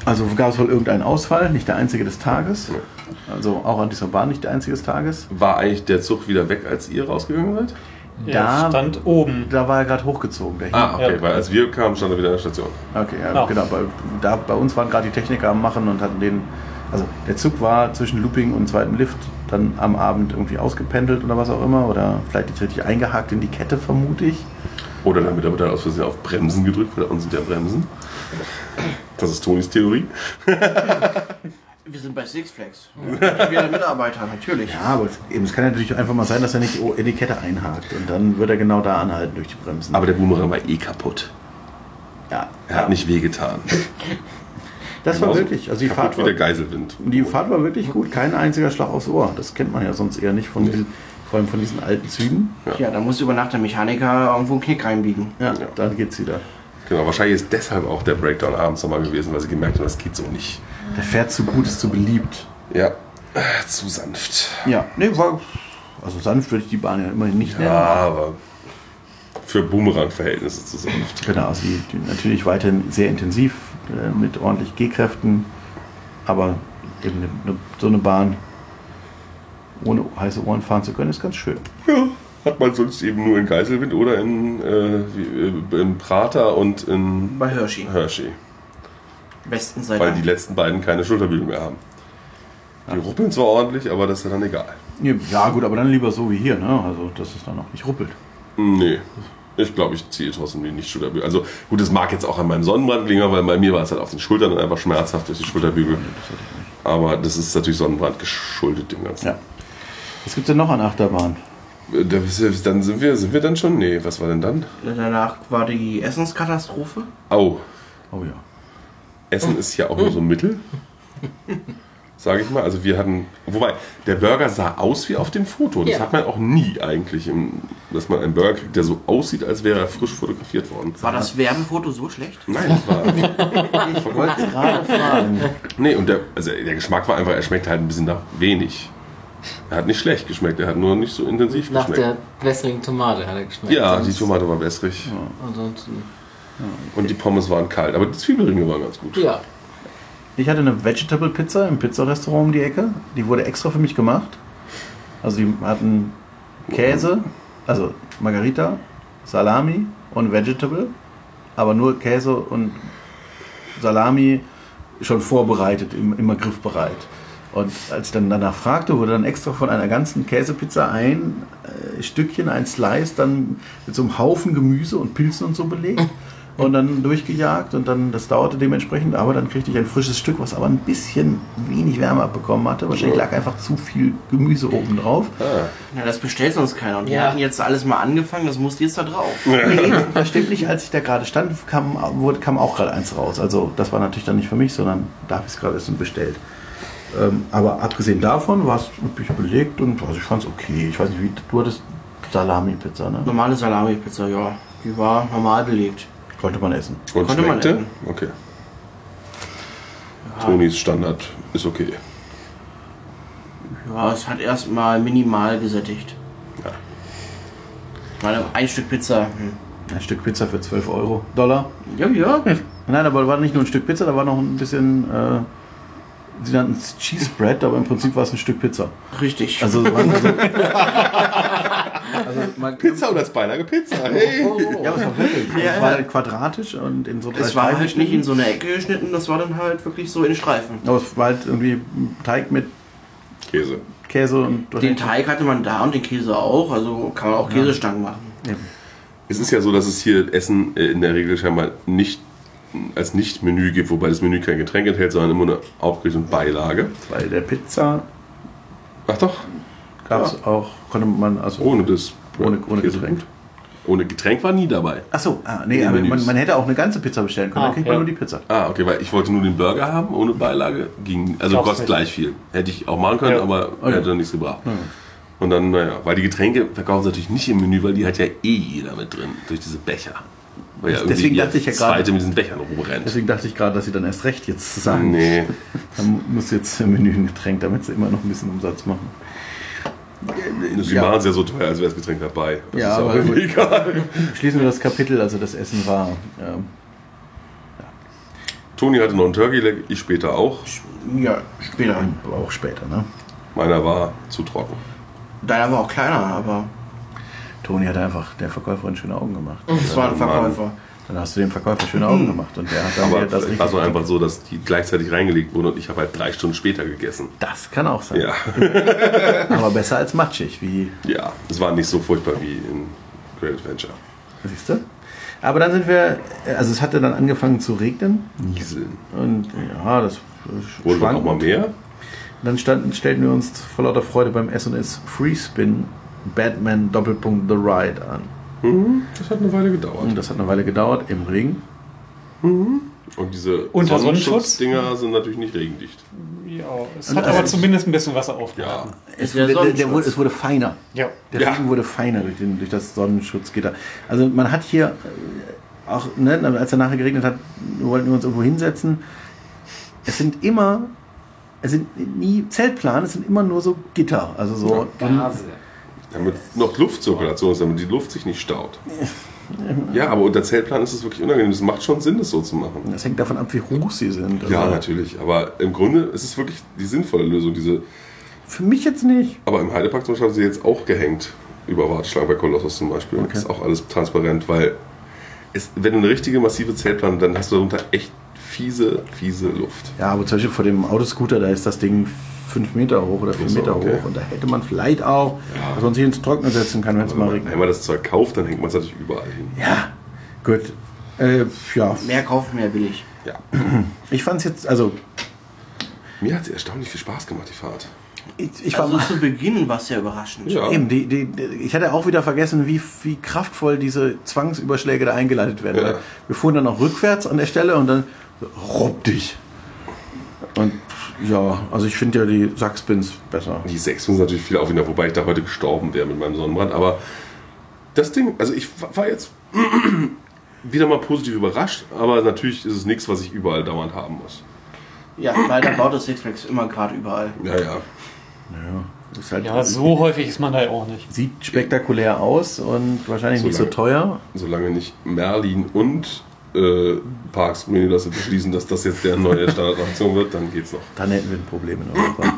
Also gab es wohl irgendeinen Ausfall, nicht der einzige des Tages. Also auch an dieser Bahn nicht der einzige des Tages. War eigentlich der Zug wieder weg, als ihr rausgegangen seid? Da- Er stand oben. Da war er gerade hochgezogen. Der Ah, okay, Ja. weil als wir kamen, stand er wieder in der Station. Okay, ja, Ah. genau. Bei, da, bei uns waren gerade die Techniker am Machen und hatten den. Also der Zug war zwischen Looping und zweitem Lift dann am Abend irgendwie ausgependelt oder was auch immer. Oder vielleicht nicht richtig eingehakt in die Kette, vermute ich. Oder damit er dann aus Versehen auf Bremsen gedrückt, weil da unten sind ja Bremsen. Das ist Tonis Theorie. Wir sind bei Six Flags. Wir sind Mitarbeiter, natürlich. Ja, aber es- eben, es kann ja natürlich einfach mal sein, dass er nicht oh, in die Kette einhakt. Und dann wird er genau da anhalten durch die Bremsen. Aber der Boomerang war eh kaputt. ja, Er hat nicht wehgetan. das war wirklich. Also die Fahrt Kaputt wie war, der Geiselwind. die Fahrt war wirklich gut. Kein einziger Schlag aufs Ohr. Das kennt man ja sonst eher nicht von diesen, vor allem von diesen alten Zügen. Ja, da muss über Nacht der Mechaniker irgendwo einen Knick reinbiegen. Ja, Ja. dann geht's wieder. Genau, wahrscheinlich ist deshalb auch der Breakdown abends nochmal gewesen, weil sie gemerkt haben, das geht so nicht. Der fährt zu gut, ist zu beliebt. Ja, zu sanft. Ja, nee, war. Also sanft würde ich die Bahn ja immerhin nicht Ja, nennen. aber für Boomerang-Verhältnisse zu sanft. Genau, sie die natürlich weiterhin sehr intensiv äh, mit ordentlich Gehkräften, aber eben ne, ne, so eine Bahn ohne heiße Ohren fahren zu können, ist ganz schön. Ja. hat man sonst eben nur in Geiselwind oder in, äh, wie, äh, in Prater und in Bei Hershey. Hershey, Besten sei weil die Dank. letzten beiden keine Schulterbügel mehr haben. Die ruppeln zwar ordentlich, aber das ist ja dann egal. Ja, gut, aber dann lieber so wie hier, ne? Also, dass es dann auch nicht ruppelt. Nee. Ich glaube, ich ziehe trotzdem die nicht Schulterbügel. Also gut, das mag jetzt auch an meinem Sonnenbrand liegen, weil bei mir war es halt auf den Schultern und einfach schmerzhaft durch die Schulterbügel. Aber das ist natürlich Sonnenbrand geschuldet dem Ganzen. Ja. Was gibt's denn noch an Achterbahn? Äh, da- Dann sind wir, sind wir dann schon? Nee, was war denn dann? Danach war die Essenskatastrophe. Au, Oh ja. Essen ist ja auch nur so ein Mittel. Sage ich mal. Also wir hatten. Wobei, der Burger sah aus wie auf dem Foto. Das Ja. hat man auch nie eigentlich, im, dass man einen Burger kriegt, der so aussieht, als wäre er frisch fotografiert worden. War das Werbefoto so schlecht? Nein, das war. Ich wollte gerade fragen. Nee, und der, also der Geschmack war einfach, er schmeckt halt ein bisschen nach wenig. Er hat nicht schlecht geschmeckt, er hat nur nicht so intensiv Nach geschmeckt. der wrestling Tomate hat er geschmeckt. Ja, die Sonst- Tomate war wässrig Ansonsten. und die Pommes waren kalt, aber die Zwiebelringe waren ganz gut. Ja. Ich hatte eine Vegetable Pizza im Pizzarestaurant um die Ecke. Die wurde extra für mich gemacht. Also die hatten Käse, also Margarita, Salami und Vegetable, aber nur Käse und Salami schon vorbereitet, im- immer griffbereit. Und als ich dann danach fragte, wurde dann extra von einer ganzen Käsepizza ein äh, Stückchen, ein Slice, dann mit so einem Haufen Gemüse und Pilzen und so belegt und dann durchgejagt und dann, das dauerte dementsprechend, aber dann kriegte ich ein frisches Stück, was aber ein bisschen wenig Wärme abbekommen hatte. Wahrscheinlich lag einfach zu viel Gemüse oben drauf. Ah, Na, das bestellt sonst keiner. Und die Ja. hatten jetzt alles mal angefangen, das musste jetzt da drauf. Nee, das stimmt nicht. Als ich da gerade stand, kam, wurde, kam auch gerade eins raus. Also das war natürlich dann nicht für mich, sondern da habe ich es gerade erst bestellt. Ähm, aber abgesehen davon war es üppig belegt und also ich fand es okay. Ich weiß nicht, wie du hattest Salami-Pizza, ne? Normale Salami-Pizza, ja. Die war normal belegt. Konnte man essen. und Konnte man schmeckte? essen. Okay. Tonis Standard ist okay. Ja, es hat erstmal minimal gesättigt. Ja. Weil ein Stück Pizza. hm. Ein Stück Pizza für 12 Euro. Dollar. Ja, ja. Nein, aber war nicht nur ein Stück Pizza, da war noch ein bisschen, äh, sie nannten es Cheese Bread, aber im Prinzip war es ein Stück Pizza. Richtig. Also, es waren, also Pizza oder Spinner Pizza? Hey. ja, aber es war wirklich. Es war halt quadratisch und in so drei es war Teile halt nicht geschnitten. in so eine Ecke geschnitten, das war dann halt wirklich so in Streifen. Aber es war halt irgendwie Teig mit Käse. Käse und Den Teig hatte man da und den Käse auch, also kann man auch Käsestangen machen. Es ist ja so, dass es hier Essen äh, in der Regel scheinbar nicht als Nicht-Menü gibt, wobei das Menü kein Getränk enthält, sondern immer nur Hauptgericht und Beilage. Bei der Pizza Ach doch, gab es auch, konnte man also ohne das. ohne, ohne Käse- Getränk. Ohne Getränk war nie dabei. Achso, ah, nee, In den aber man, Menüs. man hätte auch eine ganze Pizza bestellen können, Ah, dann kriegt man ja. nur die Pizza. Ah, okay, weil ich wollte nur den Burger haben, ohne Beilage. Ging, also Glaub's kostet nicht. gleich viel. Hätte ich auch machen können, Ja. aber Okay. hätte dann nichts gebracht. Und dann, naja, weil die Getränke verkaufen sie natürlich nicht im Menü, weil die hat ja eh jeder mit drin, durch diese Becher. Weil ja Deswegen irgendwie jeder dachte ich ja gerade- Zweite mit diesen Bechern rumrennt. Deswegen dachte ich gerade, dass sie dann erst recht jetzt sagen, Nee. dann muss jetzt im Menü ein Getränk, damit sie immer noch ein bisschen Umsatz machen. Sie Ja. machen es ja so teuer, als wäre das Getränk dabei. Das Ja, ist aber auch gut. irgendwie egal. Schließen wir das Kapitel, also das Essen war. Ähm, Toni hatte noch einen Turkey Leg, ich später auch. Ja, später. aber auch später, ne? Meiner war zu trocken. Deiner war auch kleiner, aber Toni hat einfach der Verkäuferin schöne Augen gemacht. das war ein Mann. Verkäufer. Dann hast du dem Verkäufer schöne Augen gemacht und der hat dann Hm. Aber das das war es richtig. auch einfach so, dass die gleichzeitig reingelegt wurden und ich habe halt drei Stunden später gegessen. Das kann auch sein. Ja, Aber besser als matschig, wie ja. Es war nicht so furchtbar wie in Great Adventure. Siehst du? Aber dann sind wir, also es hatte dann angefangen zu regnen Nieseln. und ja, das Wurde dann schwankt. noch mal mehr? Dann standen, stellten wir uns vor lauter Freude beim S&S Free Spin Batman Doppelpunkt The Ride an. Das hat eine Weile gedauert. Und das hat eine Weile gedauert im Regen. Und diese Unter Sonnenschutz? Sonnenschutzdinger sind natürlich nicht regendicht. Ja, es hat aber zumindest ein bisschen Wasser auf. Ja. Ist Der, der, wieder der Sonnenschutz. wurde, es wurde feiner. Ja. Der Ja. Regen wurde feiner durch, den, durch das Sonnenschutzgitter. Also man hat hier äh, auch, ne, als er nachher geregnet hat, wollten wir uns irgendwo hinsetzen. Es sind immer, es sind nie Zeltplan, es sind immer nur so Gitter. Also so Gase. Damit noch Luftzirkulation ist, damit die Luft sich nicht staut. Ja, aber unter Zeltplan ist es wirklich unangenehm. Es macht schon Sinn, das so zu machen. Das hängt davon ab, wie hoch sie sind. Also Ja, natürlich. Aber im Grunde ist es wirklich die sinnvolle Lösung. Diese, Für mich jetzt nicht. aber im Heidepark zum Beispiel haben sie jetzt auch gehängt. über Warteschlangen bei Colossus zum Beispiel. Ist auch alles transparent, weil es, wenn du eine richtige massive Zellplanung, dann hast du darunter echt fiese, fiese Luft. Ja, aber zum Beispiel vor dem Autoscooter, da ist das Ding fünf Meter hoch oder vier so, Meter okay. hoch. Und da hätte man vielleicht auch, dass man sich ins Trocknen setzen kann, wenn es Also mal wenn man regnet. einmal das Zeug kauft, dann hängt man es natürlich überall hin. Ja, gut. Äh, ja, Mehr kaufen, mehr billig. Ja. ich fand es jetzt, also Mir hat es erstaunlich viel Spaß gemacht, die Fahrt. ich, ich war Also mal, zu Beginn war es ja überraschend. Ja. eben, die, die, die, ich hatte auch wieder vergessen, wie, wie kraftvoll diese Zwangsüberschläge da eingeleitet werden. Ja. Weil Wir fuhren dann auch rückwärts an der Stelle und dann so, robb dich. Und ja, also ich finde ja die Sackspins besser. Die sechs sind natürlich viel aufwendiger, wobei ich da heute gestorben wäre mit meinem Sonnenbrand. Aber das Ding, also ich wa- war jetzt wieder mal positiv überrascht, aber natürlich ist es nichts, was ich überall dauernd haben muss. Ja, leider baut das Sixpacks immer gerade überall. Ja, ja. Ist halt, Ja, so häufig ist man da ja auch nicht. Sieht spektakulär aus und wahrscheinlich So nicht lange. so teuer. Solange nicht Merlin und äh, Parks Green das beschließen, dass das jetzt der neue Standardattraktion wird, dann geht's noch. Dann hätten wir ein Problem in Europa.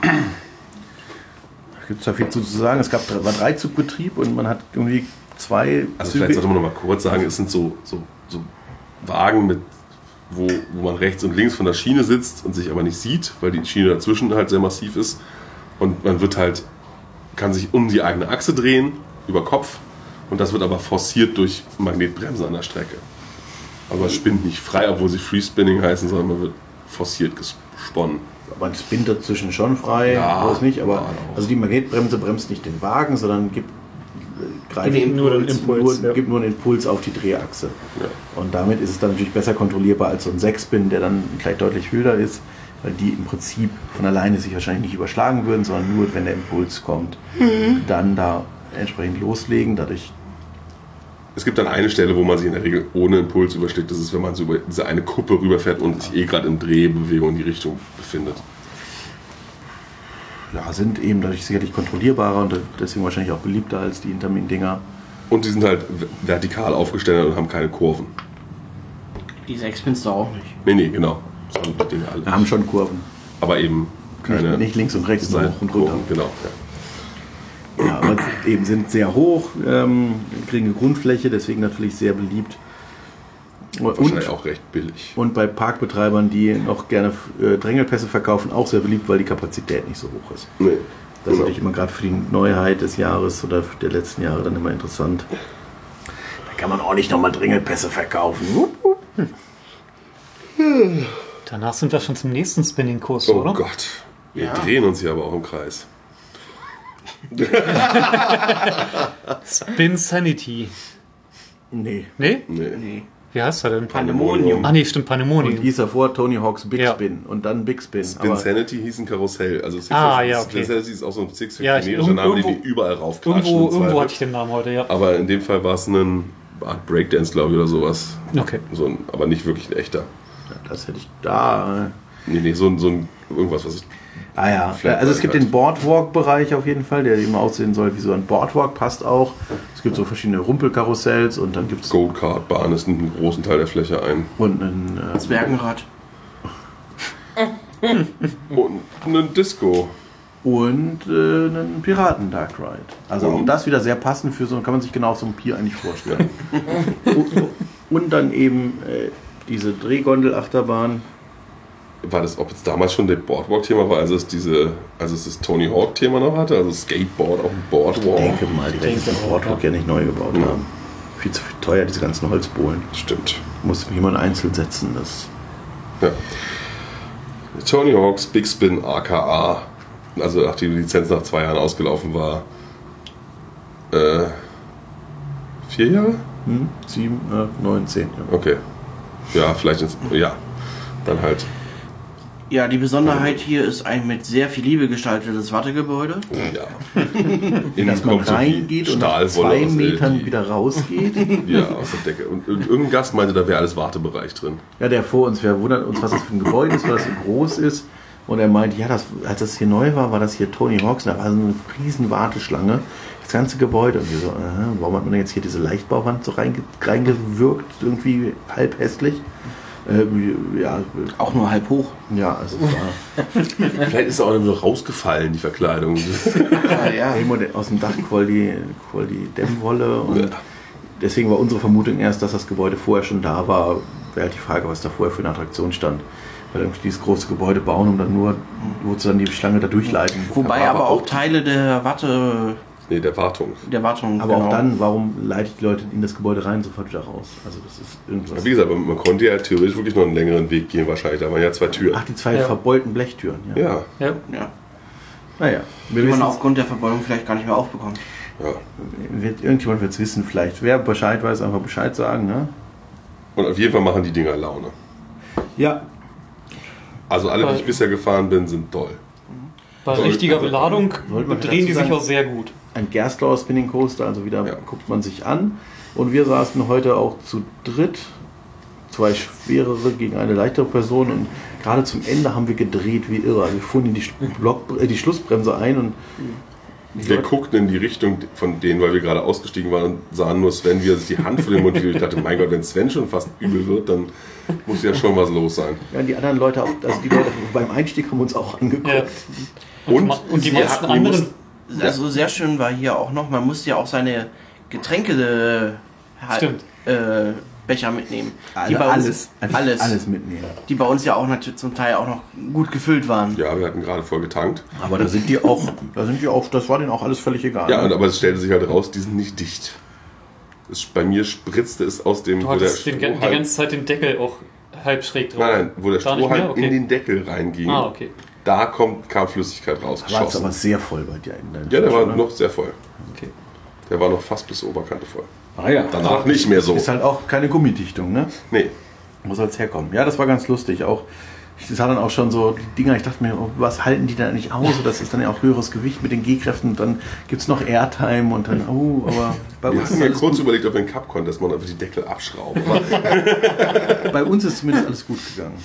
Gibt es da viel zu zu sagen? Es gab drei- war Dreizugbetrieb und man hat irgendwie zwei Also Züge- vielleicht sollte man noch mal kurz sagen, es sind so, so, so Wagen mit, wo, wo man rechts und links von der Schiene sitzt und sich aber nicht sieht, weil die Schiene dazwischen halt sehr massiv ist. Und man wird halt, kann sich um die eigene Achse drehen, über Kopf. Und das wird aber forciert durch Magnetbremsen an der Strecke. Aber es spinnt nicht frei, obwohl sie Free Spinning heißen, sondern man wird forciert gesponnen. man spinnt dazwischen schon frei, Ja, bloß nicht, aber ja, genau. auch. also die Magnetbremse bremst nicht den Wagen, sondern gibt, äh, greift Nee, nur den Impuls, nur, ja. gibt nur einen Impuls auf die Drehachse. Ja. Und damit ist es dann natürlich besser kontrollierbar als so ein Sechspin, der dann gleich deutlich wilder ist, weil die im Prinzip von alleine sich wahrscheinlich nicht überschlagen würden, sondern nur, wenn der Impuls kommt, dann da entsprechend loslegen. Dadurch Es gibt dann eine Stelle, wo man sich in der Regel ohne Impuls überschlägt. Das ist, wenn man so über diese eine Kuppe rüberfährt und sich eh gerade in Drehbewegung in die Richtung befindet. ja, sind eben dadurch sicherlich kontrollierbarer und deswegen wahrscheinlich auch beliebter als die Intermin-Dinger. Und die sind halt vertikal aufgestellt und haben keine Kurven. Die Sixpins da auch nicht. Nee, nee, genau. Das haben die Dinge alle. Wir haben schon Kurven. Aber eben keine Nicht, nicht links und rechts, sondern hoch und runter. Seitenkurven. Genau. Ja. Ja, aber eben sind sehr hoch, ähm, kriegen eine Grundfläche, deswegen natürlich sehr beliebt. Wahrscheinlich Und, auch recht billig. und bei Parkbetreibern, die noch gerne äh, Drängelpässe verkaufen, auch sehr beliebt, weil die Kapazität nicht so hoch ist. Nee. Das ist Genau. natürlich immer gerade für die Neuheit des Jahres oder der letzten Jahre dann immer interessant. Da kann man auch nicht nochmal Drängelpässe verkaufen. Danach sind wir schon zum nächsten Spinning-Kurs, Oh oder? Gott. Wir Ja. drehen uns hier aber auch im Kreis. Spin Sanity. Nee. Nee? Nee. Nee. Wie heißt er denn? Pandemonium. Ah nee, stimmt, Und Pandemonium. hieß davor Tony Hawks Big Ja. Spin und dann Big Spin. Spin aber Sanity hieß ein Karussell. Also Six Ah, ja, okay. Spin Sanity ist auch so ein six Ja, ja, ich- generischer Name, den die irgendwo- überall raufklatschen. Irgendwo, im Zweifel. irgendwo hatte ich den Namen heute, ja. Aber in dem Fall war es ein Art Breakdance, glaube ich, oder sowas. Okay. So ein, aber nicht wirklich ein echter. das hätte ich da. äh, Nee, nee, so ein, so ein irgendwas, was ich. Ah ja, Flat also es gibt Bike den Boardwalk-Bereich auf jeden Fall, der immer aussehen soll wie so ein Boardwalk, passt auch. Es gibt so verschiedene Rumpelkarussells und dann gibt es Go-Kart-Bahn ist einen großen Teil der Fläche ein. und einen, äh, Zwergenrad. Und ein Disco. und äh, einen Piraten Dark Ride. Also auch Und? das wieder sehr passend für so, kann man sich genau auf so einem Pier eigentlich vorstellen. und, und dann eben äh, diese Drehgondel-Achterbahn. War das, ob jetzt damals schon der Boardwalk-Thema war, als es diese, als es das Tony Hawk-Thema noch hatte? Also Skateboard auf dem Boardwalk. Denke mal, die werden denke den auch, Boardwalk ja nicht neu gebaut Ja. haben. Viel zu viel teuer, diese ganzen Holzbohlen. Stimmt. Muss jemand einzeln setzen, das Ja. Tony Hawks Big Spin aka, also nachdem die Lizenz nach zwei Jahren ausgelaufen war. Äh, vier Jahre? hm, 7, äh, 9, 10. Ja. Okay. Ja, vielleicht ins. Ja. Dann halt. Ja, die Besonderheit hier ist ein mit sehr viel Liebe gestaltetes Wartegebäude. Ja. In dass man reingeht und nach zwei Metern wieder rausgeht. Ja, aus der Decke. Und, und irgendein Gast meinte, da wäre alles Wartebereich drin. ja, der vor uns, wer wundert uns, was das für ein Gebäude ist, weil das so groß ist. Und er meint, ja, das, als das hier neu war, war das hier Tony Hawks. Da war so eine riesen Warteschlange. Das ganze Gebäude. Und wir so, äh, warum hat man denn jetzt hier diese Leichtbauwand so reinge reingewirkt? Irgendwie halb hässlich. Ähm, ja, Auch nur halb hoch. ja, also es war Vielleicht ist auch einfach nur rausgefallen, die Verkleidung. Ja, ja. irgendwo aus dem Dach quoll die, quoll die Dämmwolle und deswegen war unsere Vermutung erst, dass das Gebäude vorher schon da war. Wäre halt die Frage, was da vorher für eine Attraktion stand. Weil irgendwie dieses große Gebäude bauen, um dann nur, wozu dann die Schlange da durchleiten. Wobei aber aber auch auch- Teile der Warte, nee, der Wartung. der Wartung. Aber genau. auch dann, warum leitet die Leute in das Gebäude rein, sofort wieder raus? Also das ist irgendwas. Aber wie gesagt, man konnte ja theoretisch wirklich noch einen längeren Weg gehen, wahrscheinlich. Da waren ja zwei Türen. Ach, die zwei Ja. verbeulten Blechtüren. Ja. Ja, Ja. Ja. Naja, wir Die man wissen, aufgrund der Verbeulung vielleicht gar nicht mehr aufbekommt. ja. wird, irgendjemand wird es wissen vielleicht. Wer Bescheid weiß, einfach Bescheid sagen. Ne? Und auf jeden Fall machen die Dinger Laune. Ja. Also alle, die Aber- ich bisher gefahren bin, sind doll. Bei Soll- also, richtiger Beladung Sollte man drehen die dazu sich sagen- auch sehr gut. Ein Gerstlauer Spinning Coaster, also wieder Ja. guckt man sich an. Und wir saßen heute auch zu dritt. Zwei schwerere gegen eine leichtere Person. Und gerade zum Ende haben wir gedreht wie irre. Wir fuhren in die, Sch- Block, äh, die Schlussbremse ein und Wir guckten in die Richtung von denen, weil wir gerade ausgestiegen waren und sahen nur Sven, wie er sich die Hand vor den Mund hielt. Ich dachte, mein Gott, wenn Sven schon fast übel wird, dann muss ja schon was los sein. ja, die anderen Leute, auch, also die Leute beim Einstieg haben uns auch angeguckt. Ja. Und, ma- und die wir meisten hatten- wir anderen- mussten- Also sehr schön war hier auch noch, man musste ja auch seine Getränke äh, halt, Stimmt. äh, Becher mitnehmen. Also bei uns- alles, alles. alles mitnehmen. Die bei uns ja auch natürlich zum Teil auch noch gut gefüllt waren. Ja, wir hatten gerade voll getankt. Aber da sind die auch, da sind die auch, das war denen auch alles völlig egal. Ja, ne? und, aber es stellte sich halt raus, die sind nicht dicht. Es, bei mir spritzte es aus dem, Du hattest den, Strohhalm- die ganze Zeit den Deckel auch halb schräg drauf. Nein, nein, wo der Gar nicht Strohhalm mehr? Okay. in den Deckel reinging, Ah, okay. da kommt, kam Flüssigkeit war es rausgeschossen. aber sehr voll bei dir in deinem ja, der war Flaschen, ne? noch sehr voll. okay. Der war noch fast bis zur Oberkante voll. Ah, ja. Danach nicht mehr so. Ist halt auch keine Gummidichtung, ne? Nee, Wo soll es herkommen? Ja, das war ganz lustig. Auch, ich sah dann auch schon so die Dinger, ich dachte mir, oh, was halten die da nicht aus? Und Das ist dann ja auch höheres Gewicht mit den G-Kräften. Und Dann gibt es noch Airtime und dann, oh, aber bei wir uns, hatten ist ja alles, kurz überlegt, ob wir einen Cup konnten, dass man einfach die Deckel abschraubt. Aber bei uns ist zumindest alles gut gegangen.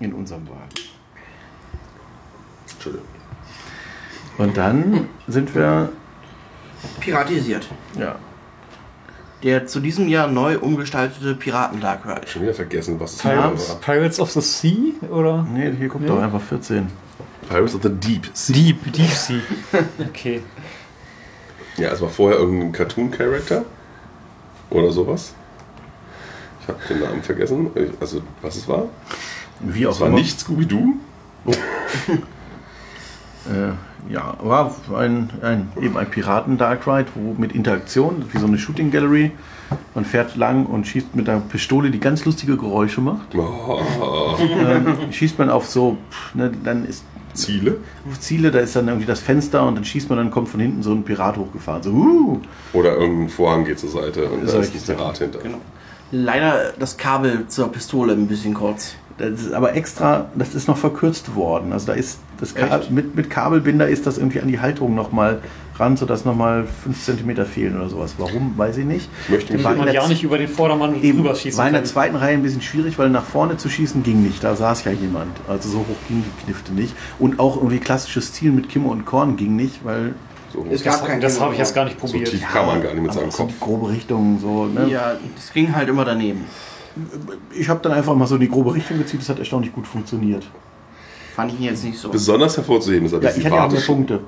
In unserem Wagen. Entschuldigung. Und dann sind wir, Piratisiert. ja, Der zu diesem Jahr neu umgestaltete Piratendark Ride. Schon wieder vergessen, was es Pirates, war. Pirates of the Sea oder? nee, hier guckt doch einfach 14. Pirates of the Deep. Deep, Deep Sea. Okay. Ja, es war vorher irgendein Cartoon-Character oder sowas. Ich habe den Namen vergessen. Also, was es war. Wie Es war immer. nicht Scooby-Doo. Äh, ja, war ein, ein, eben ein Piraten-Dark Ride, wo mit Interaktion, wie so eine Shooting Gallery, man fährt lang und schießt mit einer Pistole, die ganz lustige Geräusche macht. Oh, Ähm, schießt man auf so, pff, ne, dann ist Ziele. auf Ziele, da ist dann irgendwie das Fenster und dann schießt man, dann kommt von hinten so ein Pirat hochgefahren. So, uh, Oder irgendein Vorhang geht zur Seite und da Solche ist ein Pirat hinter. Genau. Leider das Kabel zur Pistole ein bisschen kurz. das ist aber extra, das ist noch verkürzt worden. Also da ist das Ka Echt? mit, mit Kabelbinder ist das irgendwie an die Halterung nochmal ran, sodass nochmal 5 cm fehlen oder sowas. Warum, weiß ich nicht. Ich möchte mich War in Damit man der ja nicht über den Vordermann Eben, drüber schießen war in der kann. zweiten Reihe ein bisschen schwierig, weil nach vorne zu schießen ging nicht. Da saß ja jemand. Also so hoch gingen die Knifte nicht. Und auch irgendwie klassisches Ziel mit Kimme und Korn ging nicht, weil So, Es gab kein Das habe ich jetzt gar nicht so probiert. tief kann man gar nicht mit aber seinem so Kopf. grobe Richtungen so. Ne? Ja, das ging halt immer daneben. Ich habe dann einfach mal so in die grobe Richtung gezielt. Das hat erstaunlich gut funktioniert. Fand ich jetzt nicht so. Besonders hervorzuheben ist, aber Ja, die ich hatte ja auch mehr Wartesch- Punkte.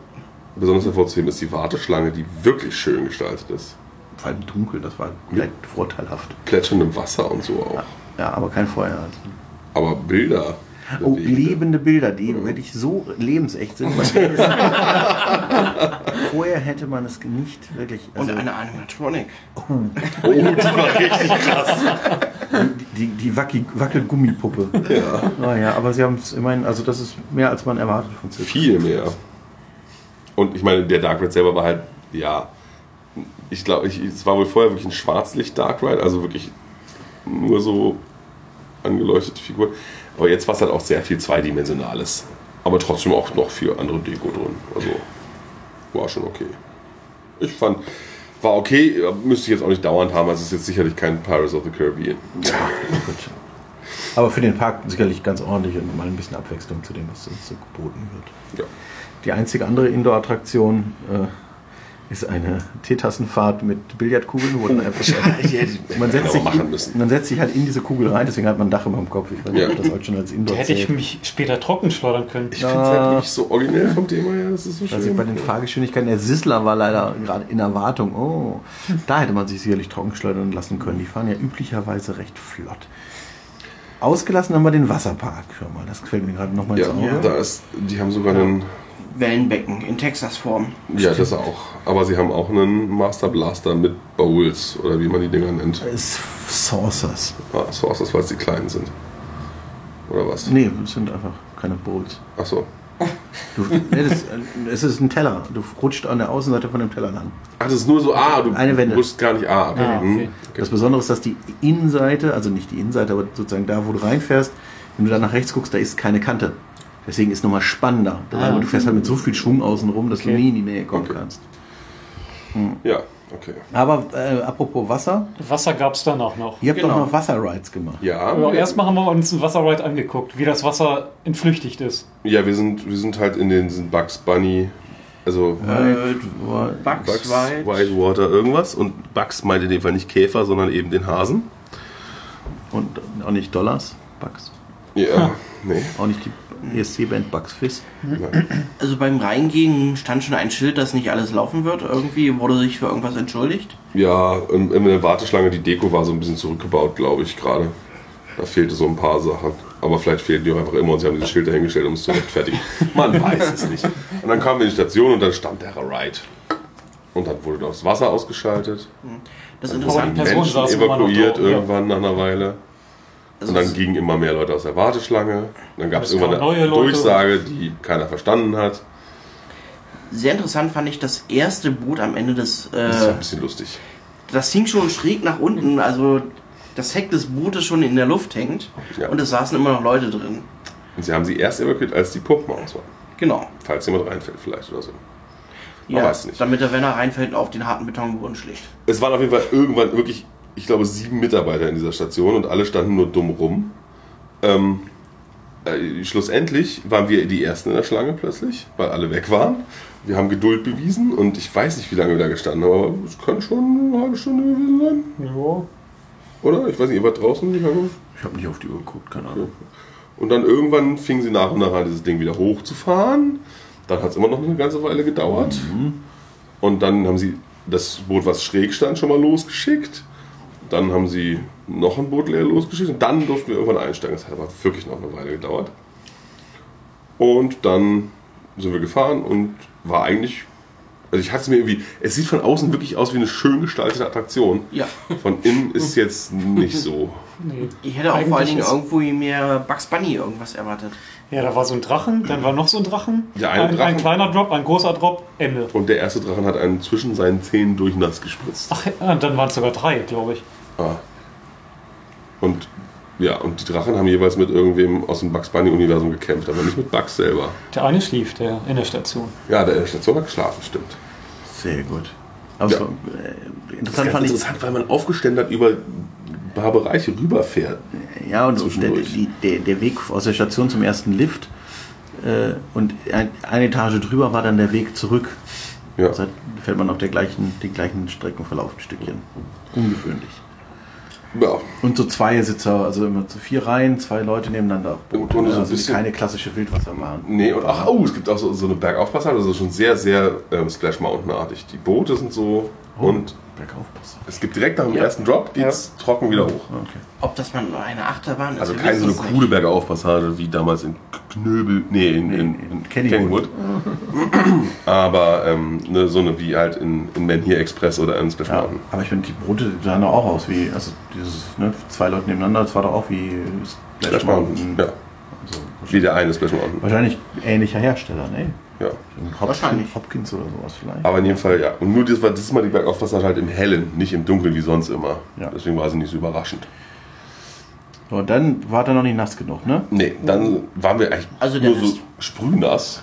besonders hervorzuheben ist die Warteschlange, die wirklich schön gestaltet ist. Vor allem dunkel, das war vielleicht vorteilhaft. Plätschendem Wasser und so auch. Ja, aber kein Feuer. Also. Aber Bilder. Oh, bewegende. lebende Bilder, die wirklich so lebensecht sind. Man hätte es- Vorher hätte man es nicht wirklich. Und also- eine Animatronic. Oh, die war richtig krass. Die, die Wacki, Wackelgummipuppe. Ja. Naja, aber sie haben es immerhin, also das ist mehr als man erwartet von Cirque. Viel mehr. Und ich meine, der Dark Ride selber war halt, ja, ich glaube, ich, es war wohl vorher wirklich ein Schwarzlicht Dark Ride, also wirklich nur so angeleuchtete Figur. Aber jetzt war es halt auch sehr viel zweidimensionales. Aber trotzdem auch noch viel andere Deko drin. Also war schon okay. Ich fand, war okay, müsste ich jetzt auch nicht dauernd haben, also es ist jetzt sicherlich kein Pirates of the Caribbean. Gut. Aber für den Park sicherlich ganz ordentlich und mal ein bisschen Abwechslung zu dem, was uns so geboten wird. Ja. Die einzige andere Indoor-Attraktion, äh, ist eine Teetassenfahrt mit Billardkugeln, wo dann einfach man, setzt aber sich machen in, müssen. man setzt sich halt in diese Kugel rein, deswegen hat man ein Dach über dem Kopf. Ich weiß nicht, Ja. ob das heute schon als Da Indoor hätte ich zählt. mich später trocken schleudern können. Ich finde es halt wirklich so originell vom Thema her. Das ist so schön. Also bei den Fahrgeschwindigkeiten, der Sissler war leider gerade in Erwartung. Oh, da hätte man sich sicherlich trocken schleudern lassen können. Die fahren ja üblicherweise recht flott. Ausgelassen haben wir den Wasserpark. Schau mal, das gefällt mir gerade nochmal ins ja, Auge. da ist, die haben sogar einen, Wellenbecken in Texas-Form. ja, das auch. Aber sie haben auch einen Master Blaster mit Bowls oder wie man die Dinger nennt. Ist Saucers. Ah, so aus, das weil die kleinen sind. Oder was? Nee, es sind einfach keine Bowls. Ach so. Du, nee, das, äh, es ist ein Teller. Du rutscht an der Außenseite von dem Teller lang. Ach, das ist nur so A, du Eine Wende. wusstest gar nicht A. Ah, Hm. okay. Genau. Das Besondere ist, dass die Innenseite, also nicht die Innenseite, aber sozusagen da, wo du reinfährst, wenn du dann nach rechts guckst, da ist keine Kante. Deswegen ist es nochmal spannender. Ah. Aber du fährst halt mit so viel Schwung außen rum, dass du Okay. nie in die Nähe kommen Okay. kannst. Ja, okay. Aber äh, apropos Wasser, Wasser gab es danach noch. ihr habt Genau. doch noch Wasserrides gemacht. Ja, Aber wir- erstmal haben wir uns ein Wasserride angeguckt, wie das Wasser entflüchtigt ist. ja wir, sind, wir sind halt in den sind Bugs Bunny, also Äh, Bugs, Bugs Wild. Whitewater irgendwas. Und Bugs meint in dem Fall nicht Käfer, sondern eben den Hasen. Und auch nicht Dollars, Bugs. Ja, nee. Auch nicht die E ESC-Band Bugs Fizz. Also beim Reingehen stand schon ein Schild, dass nicht alles laufen wird. Irgendwie wurde sich für irgendwas entschuldigt. Ja, in, in der Warteschlange, die Deko war so ein bisschen zurückgebaut, glaube ich, gerade. Da fehlte so ein paar Sachen. Aber vielleicht fehlen die auch einfach immer und sie haben dieses Schild dahingestellt, um es zu rechtfertigen. Man weiß es nicht. Und dann kamen wir in die Station und dann stand der Ride. Und dann wurde noch das Wasser ausgeschaltet. Das Dann Aber die wurden Interessante die Person Menschen saß immer noch evakuiert drauf, ja. irgendwann nach einer Weile. also Und dann gingen immer mehr Leute aus der Warteschlange. Dann gab es Es kamen irgendwann eine neue Leute. Durchsage, die keiner verstanden hat. sehr interessant fand ich das erste Boot am Ende des. Das war Äh, ein bisschen lustig. das hing schon schräg nach unten, also das Heck des Bootes schon in der Luft hängt. Ja. Und es saßen immer noch Leute drin. Und sie haben sie erst evakuiert, als die Pumpen aus waren. Genau. Falls jemand reinfällt vielleicht oder so. Man weiß nicht. Damit er, wenn er reinfällt, auf den harten Betonboden schlägt. Es waren auf jeden Fall irgendwann wirklich, ich glaube, sieben Mitarbeiter in dieser Station und alle standen nur dumm rum. Ähm, äh, schlussendlich waren wir die Ersten in der Schlange plötzlich, weil alle weg waren. Wir haben Geduld bewiesen und ich weiß nicht, wie lange wir da gestanden haben, aber es kann schon eine halbe Stunde gewesen sein. Ja. Oder? Ich weiß nicht, ihr wart draußen, wie lange? Ich habe nicht auf die Uhr geguckt, keine Ahnung. Und dann irgendwann fingen sie nach und nach an, dieses Ding wieder hochzufahren. Dann hat es immer noch eine ganze Weile gedauert. Und dann haben sie das Boot, was schräg stand, schon mal losgeschickt. Dann haben sie noch ein Boot leer losgeschickt. Und dann durften wir irgendwann einsteigen. Das hat aber wirklich noch eine Weile gedauert. Und dann sind wir gefahren und war eigentlich. Also ich hatte es mir irgendwie. Es sieht von außen wirklich aus wie eine schön gestaltete Attraktion. Ja. Von innen ist jetzt nicht so. Nee. Ich hätte auch vor allen Eigentlich Dingen ist- irgendwo mehr Bugs Bunny irgendwas erwartet. Ja, da war so ein Drachen, dann war noch so ein Drachen. Ja, ein ein, Drachen. ein kleiner Drop, ein großer Drop, Ende. Und der erste Drachen hat einen zwischen seinen Zähnen durch nass gespritzt. Ach, ja, und dann waren es sogar drei, glaube ich. Ah. Und ja, und die Drachen haben jeweils mit irgendwem aus dem Bugs Bunny-Universum gekämpft, aber nicht mit Bugs selber. Der eine schlief, der in der Station. Ja, der in der Station hat geschlafen, stimmt. Sehr gut. Aber Ja. so, äh, Das interessant ist ganz fand ich, interessant, weil man aufgeständert hat über ein paar Bereiche rüberfährt. Ja, und der, Zwischendurch. die, der, der Weg aus der Station zum ersten Lift äh, und ein, eine Etage drüber war dann der Weg zurück. Ja. Seit fährt man auf der gleichen, den gleichen Streckenverlauf ein Stückchen. Ungewöhnlich. ja. Und so zwei Sitzer, also immer zu vier Reihen, zwei Leute nebeneinander. Boote, Und so ein also bisschen- keine klassische Wildwasserbahn. Nee, und ach, oh, es gibt auch so, so eine Bergaufpassage, also schon sehr, sehr ähm, Splash Mountain-artig. Die Boote sind so Oh. und Bergaufpasser. es gibt direkt nach dem ersten Drop geht's trocken wieder hoch. Okay. Ob das man eine Achterbahn ist, Also wir keine so eine wissen es nicht. coole Bergaufpassage wie damals in Knöbel, nee, in, Nee, in, in in Kennywood. Kennywood. Aber ähm, ne, so eine wie halt in, in Man Here Express oder in Splash Ja, Mountain. aber ich finde, die Boote sahen doch auch aus wie, also dieses, ne, zwei Leute nebeneinander, das war doch auch wie Splash Mountain, ja. Also, Wie der eine Splash Mountain, wahrscheinlich ähnlicher Hersteller, ne? ja. Hopkins, Wahrscheinlich. Hopkins oder sowas vielleicht. Aber in jedem Fall, ja. Und nur das war dieses Mal die Bergaufpassage halt im Hellen, nicht im Dunkeln wie sonst immer. Ja. Deswegen war sie nicht so überraschend. So, und dann war er noch nicht nass genug, ne? Nee, dann waren wir eigentlich Also der nur so Rest. sprühnass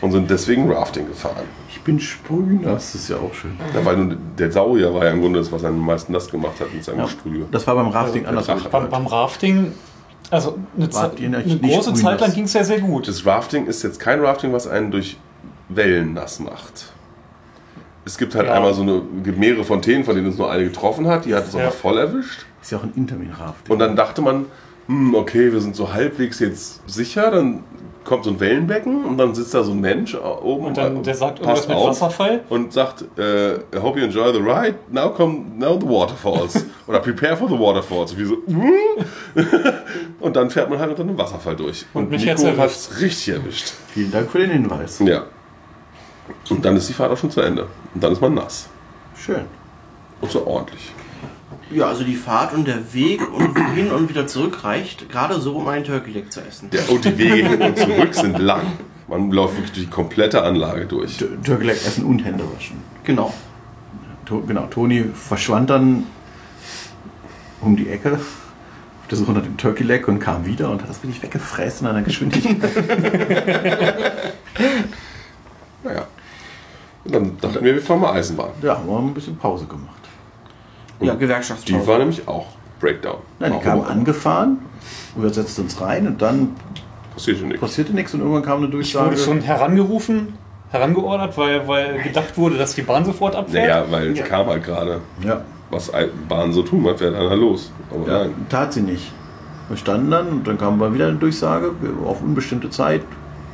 und sind deswegen Rafting gefahren. Ich bin sprühnass, das ist ja auch schön. Ja, weil nun der Saurier war ja im Grunde das, was einen am meisten nass gemacht hat mit seinem Ja, Gesprühe. das war beim Rafting Ja, anders. der Drache. Beim, beim Rafting, also eine, Wart Zeit- ihr nicht- eine nicht große grün Zeit lang nass? ging es ja sehr gut. Das Rafting ist jetzt kein Rafting, was einen durch Wellen nass macht. es gibt halt Ja. einmal so eine, gibt mehrere Fontänen, von denen es nur eine getroffen hat, die hat es auch Ja. noch voll erwischt. Ist ja auch ein Interminraft. Und dann dachte man, hm, okay, wir sind so halbwegs jetzt sicher, dann kommt so ein Wellenbecken und dann sitzt da so ein Mensch au- oben Und dann der sagt irgendwas passt mit auf Wasserfall. und sagt, äh, I hope you enjoy the ride, now come, now the waterfalls. Oder prepare for the waterfalls. Und, wir so, "Mm." und dann fährt man halt unter einem Wasserfall durch. Und mich hat's Nico erwischt. hat's richtig erwischt. Vielen Dank für den Hinweis. Ja. Und dann ist die Fahrt auch schon zu Ende. Und dann ist man nass. Schön. Und so ordentlich. Ja, also die Fahrt und der Weg und hin und wieder zurück reicht gerade so, um einen Turkey Leg zu essen. Ja, und die Wege hin und zurück sind lang. Man läuft wirklich durch die komplette Anlage durch. Türkeleck essen und Hände waschen. Genau. To genau, Toni verschwand dann um die Ecke auf der Suche nach dem Turkey Leg und kam wieder und hat das wirklich weggefressen in einer Geschwindigkeit. Naja. Und dann dachten wir, wir fahren mal Eisenbahn. ja, haben wir ein bisschen Pause gemacht. Ja, Die Gewerkschaftspause. war nämlich auch Breakdown. Nein, die Auch kamen immer. angefahren und wir setzten uns rein und dann Passiert schon nichts. passierte nichts und irgendwann kam eine Ich wurde Durchsage. schon herangerufen, herangeordert, weil, weil gedacht wurde, dass die Bahn sofort abfährt. Naja, weil es kam halt gerade, ja, was Bahnen so tun, man fährt einer los. Aber ja, nein. tat sie nicht. Wir standen dann und dann kam mal wieder eine Durchsage, auf unbestimmte Zeit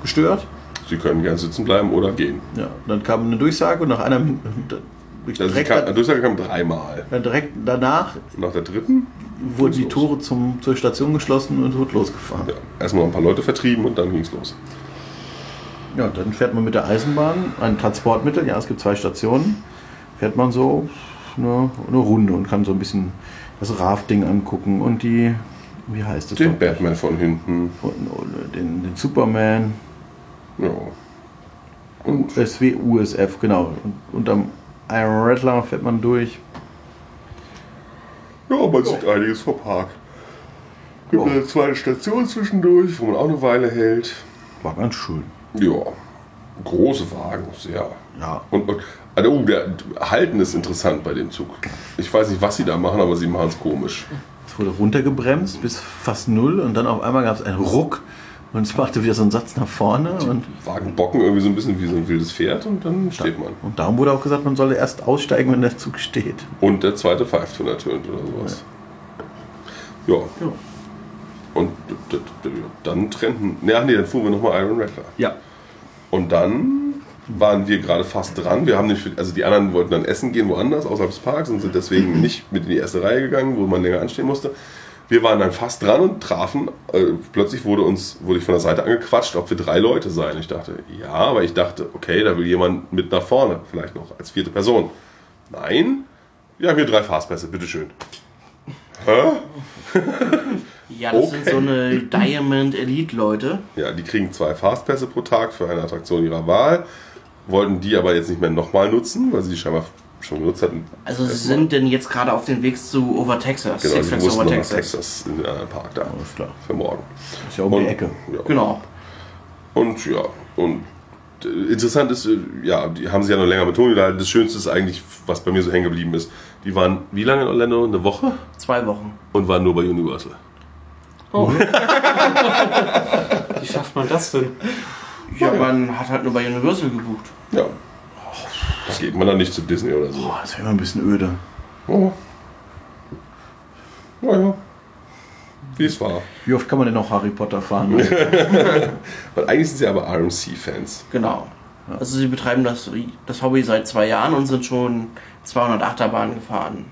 gestört. Sie können gerne sitzen bleiben oder gehen. Ja, dann kam eine Durchsage und nach einer Minute. Also die Direkt, kam, dann, Durchsage kam dreimal. dann direkt danach Nach der dritten wurden die los. Tore zum, zur Station geschlossen und wurde losgefahren. ja, erstmal ein paar Leute vertrieben und dann ging's los. Ja, dann fährt man mit der Eisenbahn, ein Transportmittel, ja, es gibt zwei Stationen, fährt man so eine, eine Runde und kann so ein bisschen das Rafting angucken und die, wie heißt es? Den noch? Batman von hinten. Und, und den, den Superman, Ja. Und USW, USF, genau. Und unterm Iron Rattler fährt man durch. ja, man sieht einiges vom Park. Gibt Ja. eine zweite Station zwischendurch, wo man auch eine Weile hält. War ganz schön. Ja, große Wagen, sehr. Ja, Und, und also, oh, der Halten ist interessant bei dem Zug. Ich weiß nicht, was sie da machen, aber sie machen es komisch. es wurde runtergebremst bis fast null und dann auf einmal gab es einen Ruck und es machte wieder so einen Satz nach vorne und Wagen bocken irgendwie so ein bisschen wie so ein wildes Pferd und dann steht man. Und darum wurde auch gesagt, man solle erst aussteigen, wenn der Zug steht. Und der zweite pfeift, wenn er tönt oder sowas. Ja. Ja. Und d- d- d- dann trennten. Ja, nee, dann fuhren wir nochmal Iron Rattler. Ja. Und dann waren wir gerade fast dran. Wir haben nicht, also die anderen wollten dann essen gehen woanders, außerhalb des Parks und sind deswegen nicht mit in die erste Reihe gegangen, wo man länger anstehen musste. Wir waren dann fast dran und trafen, äh, plötzlich wurde uns, wurde ich von der Seite angequatscht, ob wir drei Leute seien. Ich dachte, ja, aber ich dachte, okay, da will jemand mit nach vorne, vielleicht noch als vierte Person. Nein, wir haben hier drei Fastpässe, bitteschön. Hä? Ja, das sind Okay. so eine Diamond Elite Leute. Ja, die kriegen zwei Fastpässe pro Tag für eine Attraktion ihrer Wahl, wollten die aber jetzt nicht mehr nochmal nutzen, weil sie die scheinbar schon genutzt hatten. Also sie Erstmal. sind denn jetzt gerade auf dem Weg zu Over Texas. Genau, Six sie Flags mussten Over noch nach Texas. Texas in den anderen Park da Alles klar. für morgen. Ist ja um die Ecke. Ja. Genau. Und ja, und äh, interessant ist, äh, ja, die haben sie ja noch länger betont, unterhalten. das Schönste ist eigentlich, was bei mir so hängen geblieben ist. Die waren wie lange in Orlando? Eine Woche Zwei Wochen. und waren nur bei Universal. Wie schafft man das denn? Ja, man hat halt nur bei Universal gebucht. Ja. Das geht man dann nicht zu Disney oder so. Boah, das wäre immer ein bisschen öde. Oh. Naja. Wie es war. Wie oft kann man denn noch Harry Potter fahren? Ja. Weil eigentlich sind sie aber RMC-Fans. Genau. Also sie betreiben das, das Hobby seit zwei Jahren und sind schon 200 Achterbahnen gefahren.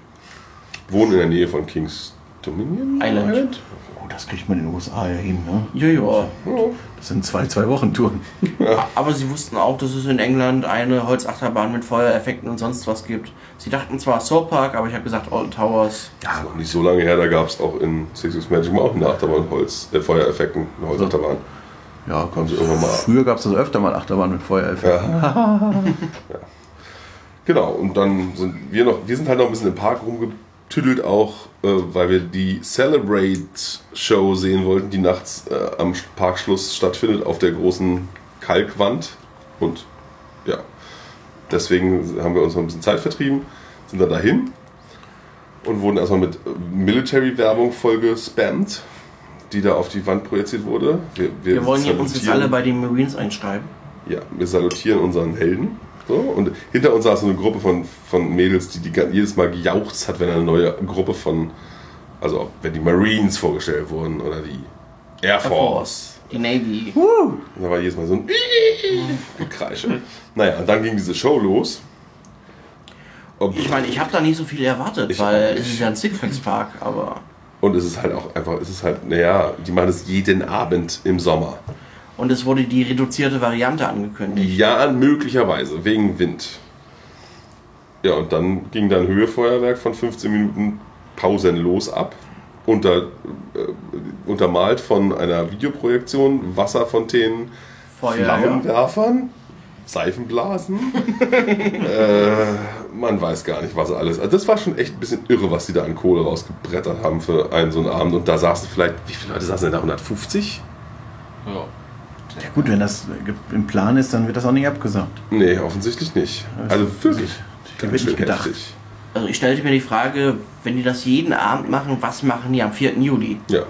Wohnen in der Nähe von Kings Dominion Island. Oh, das kriegt man in den USA ja hin. Ne? Jojo. Ja. Das sind zwei, zwei Wochen Touren. Aber sie wussten auch, dass es in England eine Holzachterbahn mit Feuereffekten und sonst was gibt. Sie dachten zwar Soul Park, aber ich habe gesagt Alton Towers. Ja, noch nicht so lange her, da gab es auch in Six Six Magic Mountain eine Achterbahn, Holz, äh, Feuereffekten, eine Holzachterbahn. Ja, komm, Also irgendwann mal- Früher gab es das öfter mal Achterbahn mit Feuereffekt. Ja. ja. Genau, und dann sind wir noch, wir sind halt noch ein bisschen im Park rumgetüdelt auch, äh, weil wir die Celebrate-Show sehen wollten, die nachts äh, am Parkschluss stattfindet, auf der großen Kalkwand. Und ja, deswegen haben wir uns noch ein bisschen Zeit vertrieben, sind dann dahin und wurden erstmal mit äh, Military-Werbung vollgespammt, die da auf die Wand projiziert wurde. Wir wollen ja uns jetzt salutieren- alle bei den Marines einschreiben. ja, wir salutieren unseren Helden. So, und hinter uns saß so eine Gruppe von, von Mädels, die, die ga- jedes Mal gejauchzt hat, wenn eine neue Gruppe von, also ob- wenn die Marines vorgestellt wurden oder die Air Force. Äh, Die Navy. Da war jedes Mal so ein Gekreische. Naja, und dann ging diese Show los. Ob- Ich meine, ich habe da nicht so viel erwartet, Ich auch weil nicht. es ist ja ein Sixpacks-Park, aber. Und es ist halt auch einfach, es ist halt, naja, die machen es jeden Abend im Sommer. Und es wurde die reduzierte Variante angekündigt. Ja, möglicherweise, wegen Wind. Ja, und dann ging dann Höhefeuerwerk von 15 Minuten pausenlos ab, unter, äh, untermalt von einer Videoprojektion, Wasserfontänen, Feuer. Flammenwerfern, Seifenblasen. äh, man weiß gar nicht, was alles. Also das war schon echt ein bisschen irre, was die da an Kohle rausgebrettert haben für einen so einen Abend. Und da saßen vielleicht, wie viele Leute saßen denn da? 150? Ja. Ja, gut, wenn das ge- im Plan ist, dann wird das auch nicht abgesagt. Nee, offensichtlich nicht. Also wirklich. wird nicht gedacht. heftig. Also ich stellte mir die Frage, wenn die das jeden Abend machen, was machen die am 4. Juli? Ja,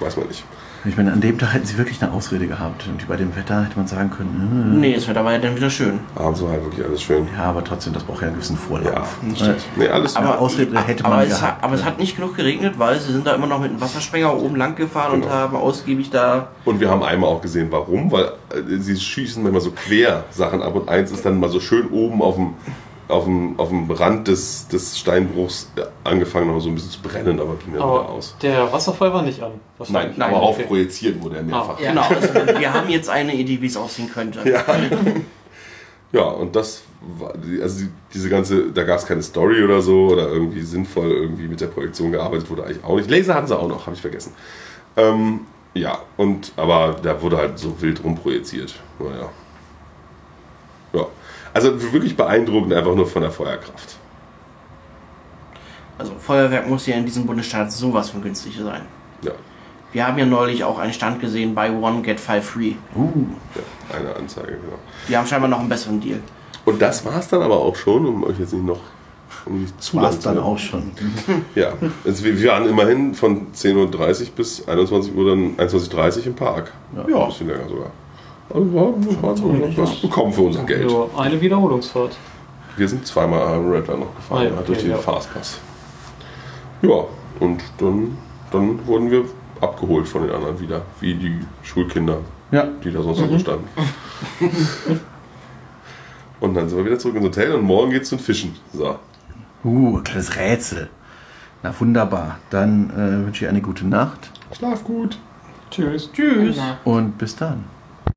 weiß man nicht. Ich meine, an dem Tag hätten sie wirklich eine Ausrede gehabt. Und bei dem Wetter hätte man sagen können, Hm. Nee, es wird aber ja dann wieder schön. Abends war halt wirklich alles schön. äh, ja, aber trotzdem, das braucht ja einen gewissen Ja, Vorlauf. Ne? stimmt. Nee, alles Aber- Eine Ausrede hätte man aber es, gehabt, hat, aber es hat nicht genug geregnet, weil sie sind da immer noch mit einem Wassersprenger oben lang gefahren und Genau. haben ausgiebig da. Und wir haben einmal auch gesehen, warum, weil äh, sie schießen manchmal so quer Sachen ab und eins ist dann mal so schön oben auf dem, auf dem, auf dem Rand des, des Steinbruchs äh, angefangen, noch so ein bisschen zu brennen, aber ging dann wieder Aber aus. der Wasserfall war nicht an. Nein, Wahrscheinlich. nein, aber auch okay. projiziert wurde er mehrfach. Ja. Genau, also wir haben jetzt eine Idee, wie es aussehen könnte. Ja. ja, und das war, die- also die- diese ganze, da gab es keine Story oder so oder irgendwie sinnvoll irgendwie mit der Projektion gearbeitet wurde eigentlich auch nicht. Laser hatten sie auch noch, habe ich vergessen. Ähm, ja, und aber da wurde halt so wild rumprojiziert. Naja. Ja. Also wirklich beeindruckend einfach nur von der Feuerkraft. Also Feuerwerk muss ja in diesem Bundesstaat sowas von günstig sein. Ja. Wir haben ja neulich auch einen Stand gesehen, buy one, get five free. Uh, ja eine Anzeige, genau. Die haben scheinbar noch einen besseren Deal. Und das war es dann aber auch schon, um euch jetzt nicht noch um nicht zu war lang es zu dann machen. auch schon. Ja, also wir wir waren immerhin von 10.30 Uhr bis 21 Uhr, dann 21.30 Uhr im Park. Ja, Ja. ein bisschen länger sogar. Also wir haben- wir haben ordentlich, was ja. bekommen für unser Geld. Nur eine Wiederholungsfahrt. Wir sind zweimal am Rattler noch gefahren, Ah ja, ja, okay, durch den ja. Fastpass. Ja, und dann, dann wurden wir abgeholt von den anderen wieder, wie die Schulkinder, Ja. Mhm. die da sonst rumstanden. und dann sind wir wieder zurück ins Hotel und morgen geht's zum Fischen. So. Uh, kleines Rätsel. Na wunderbar. Dann äh, wünsche ich eine gute Nacht Schlaf gut. Tschüss. Tschüss. und bis dann.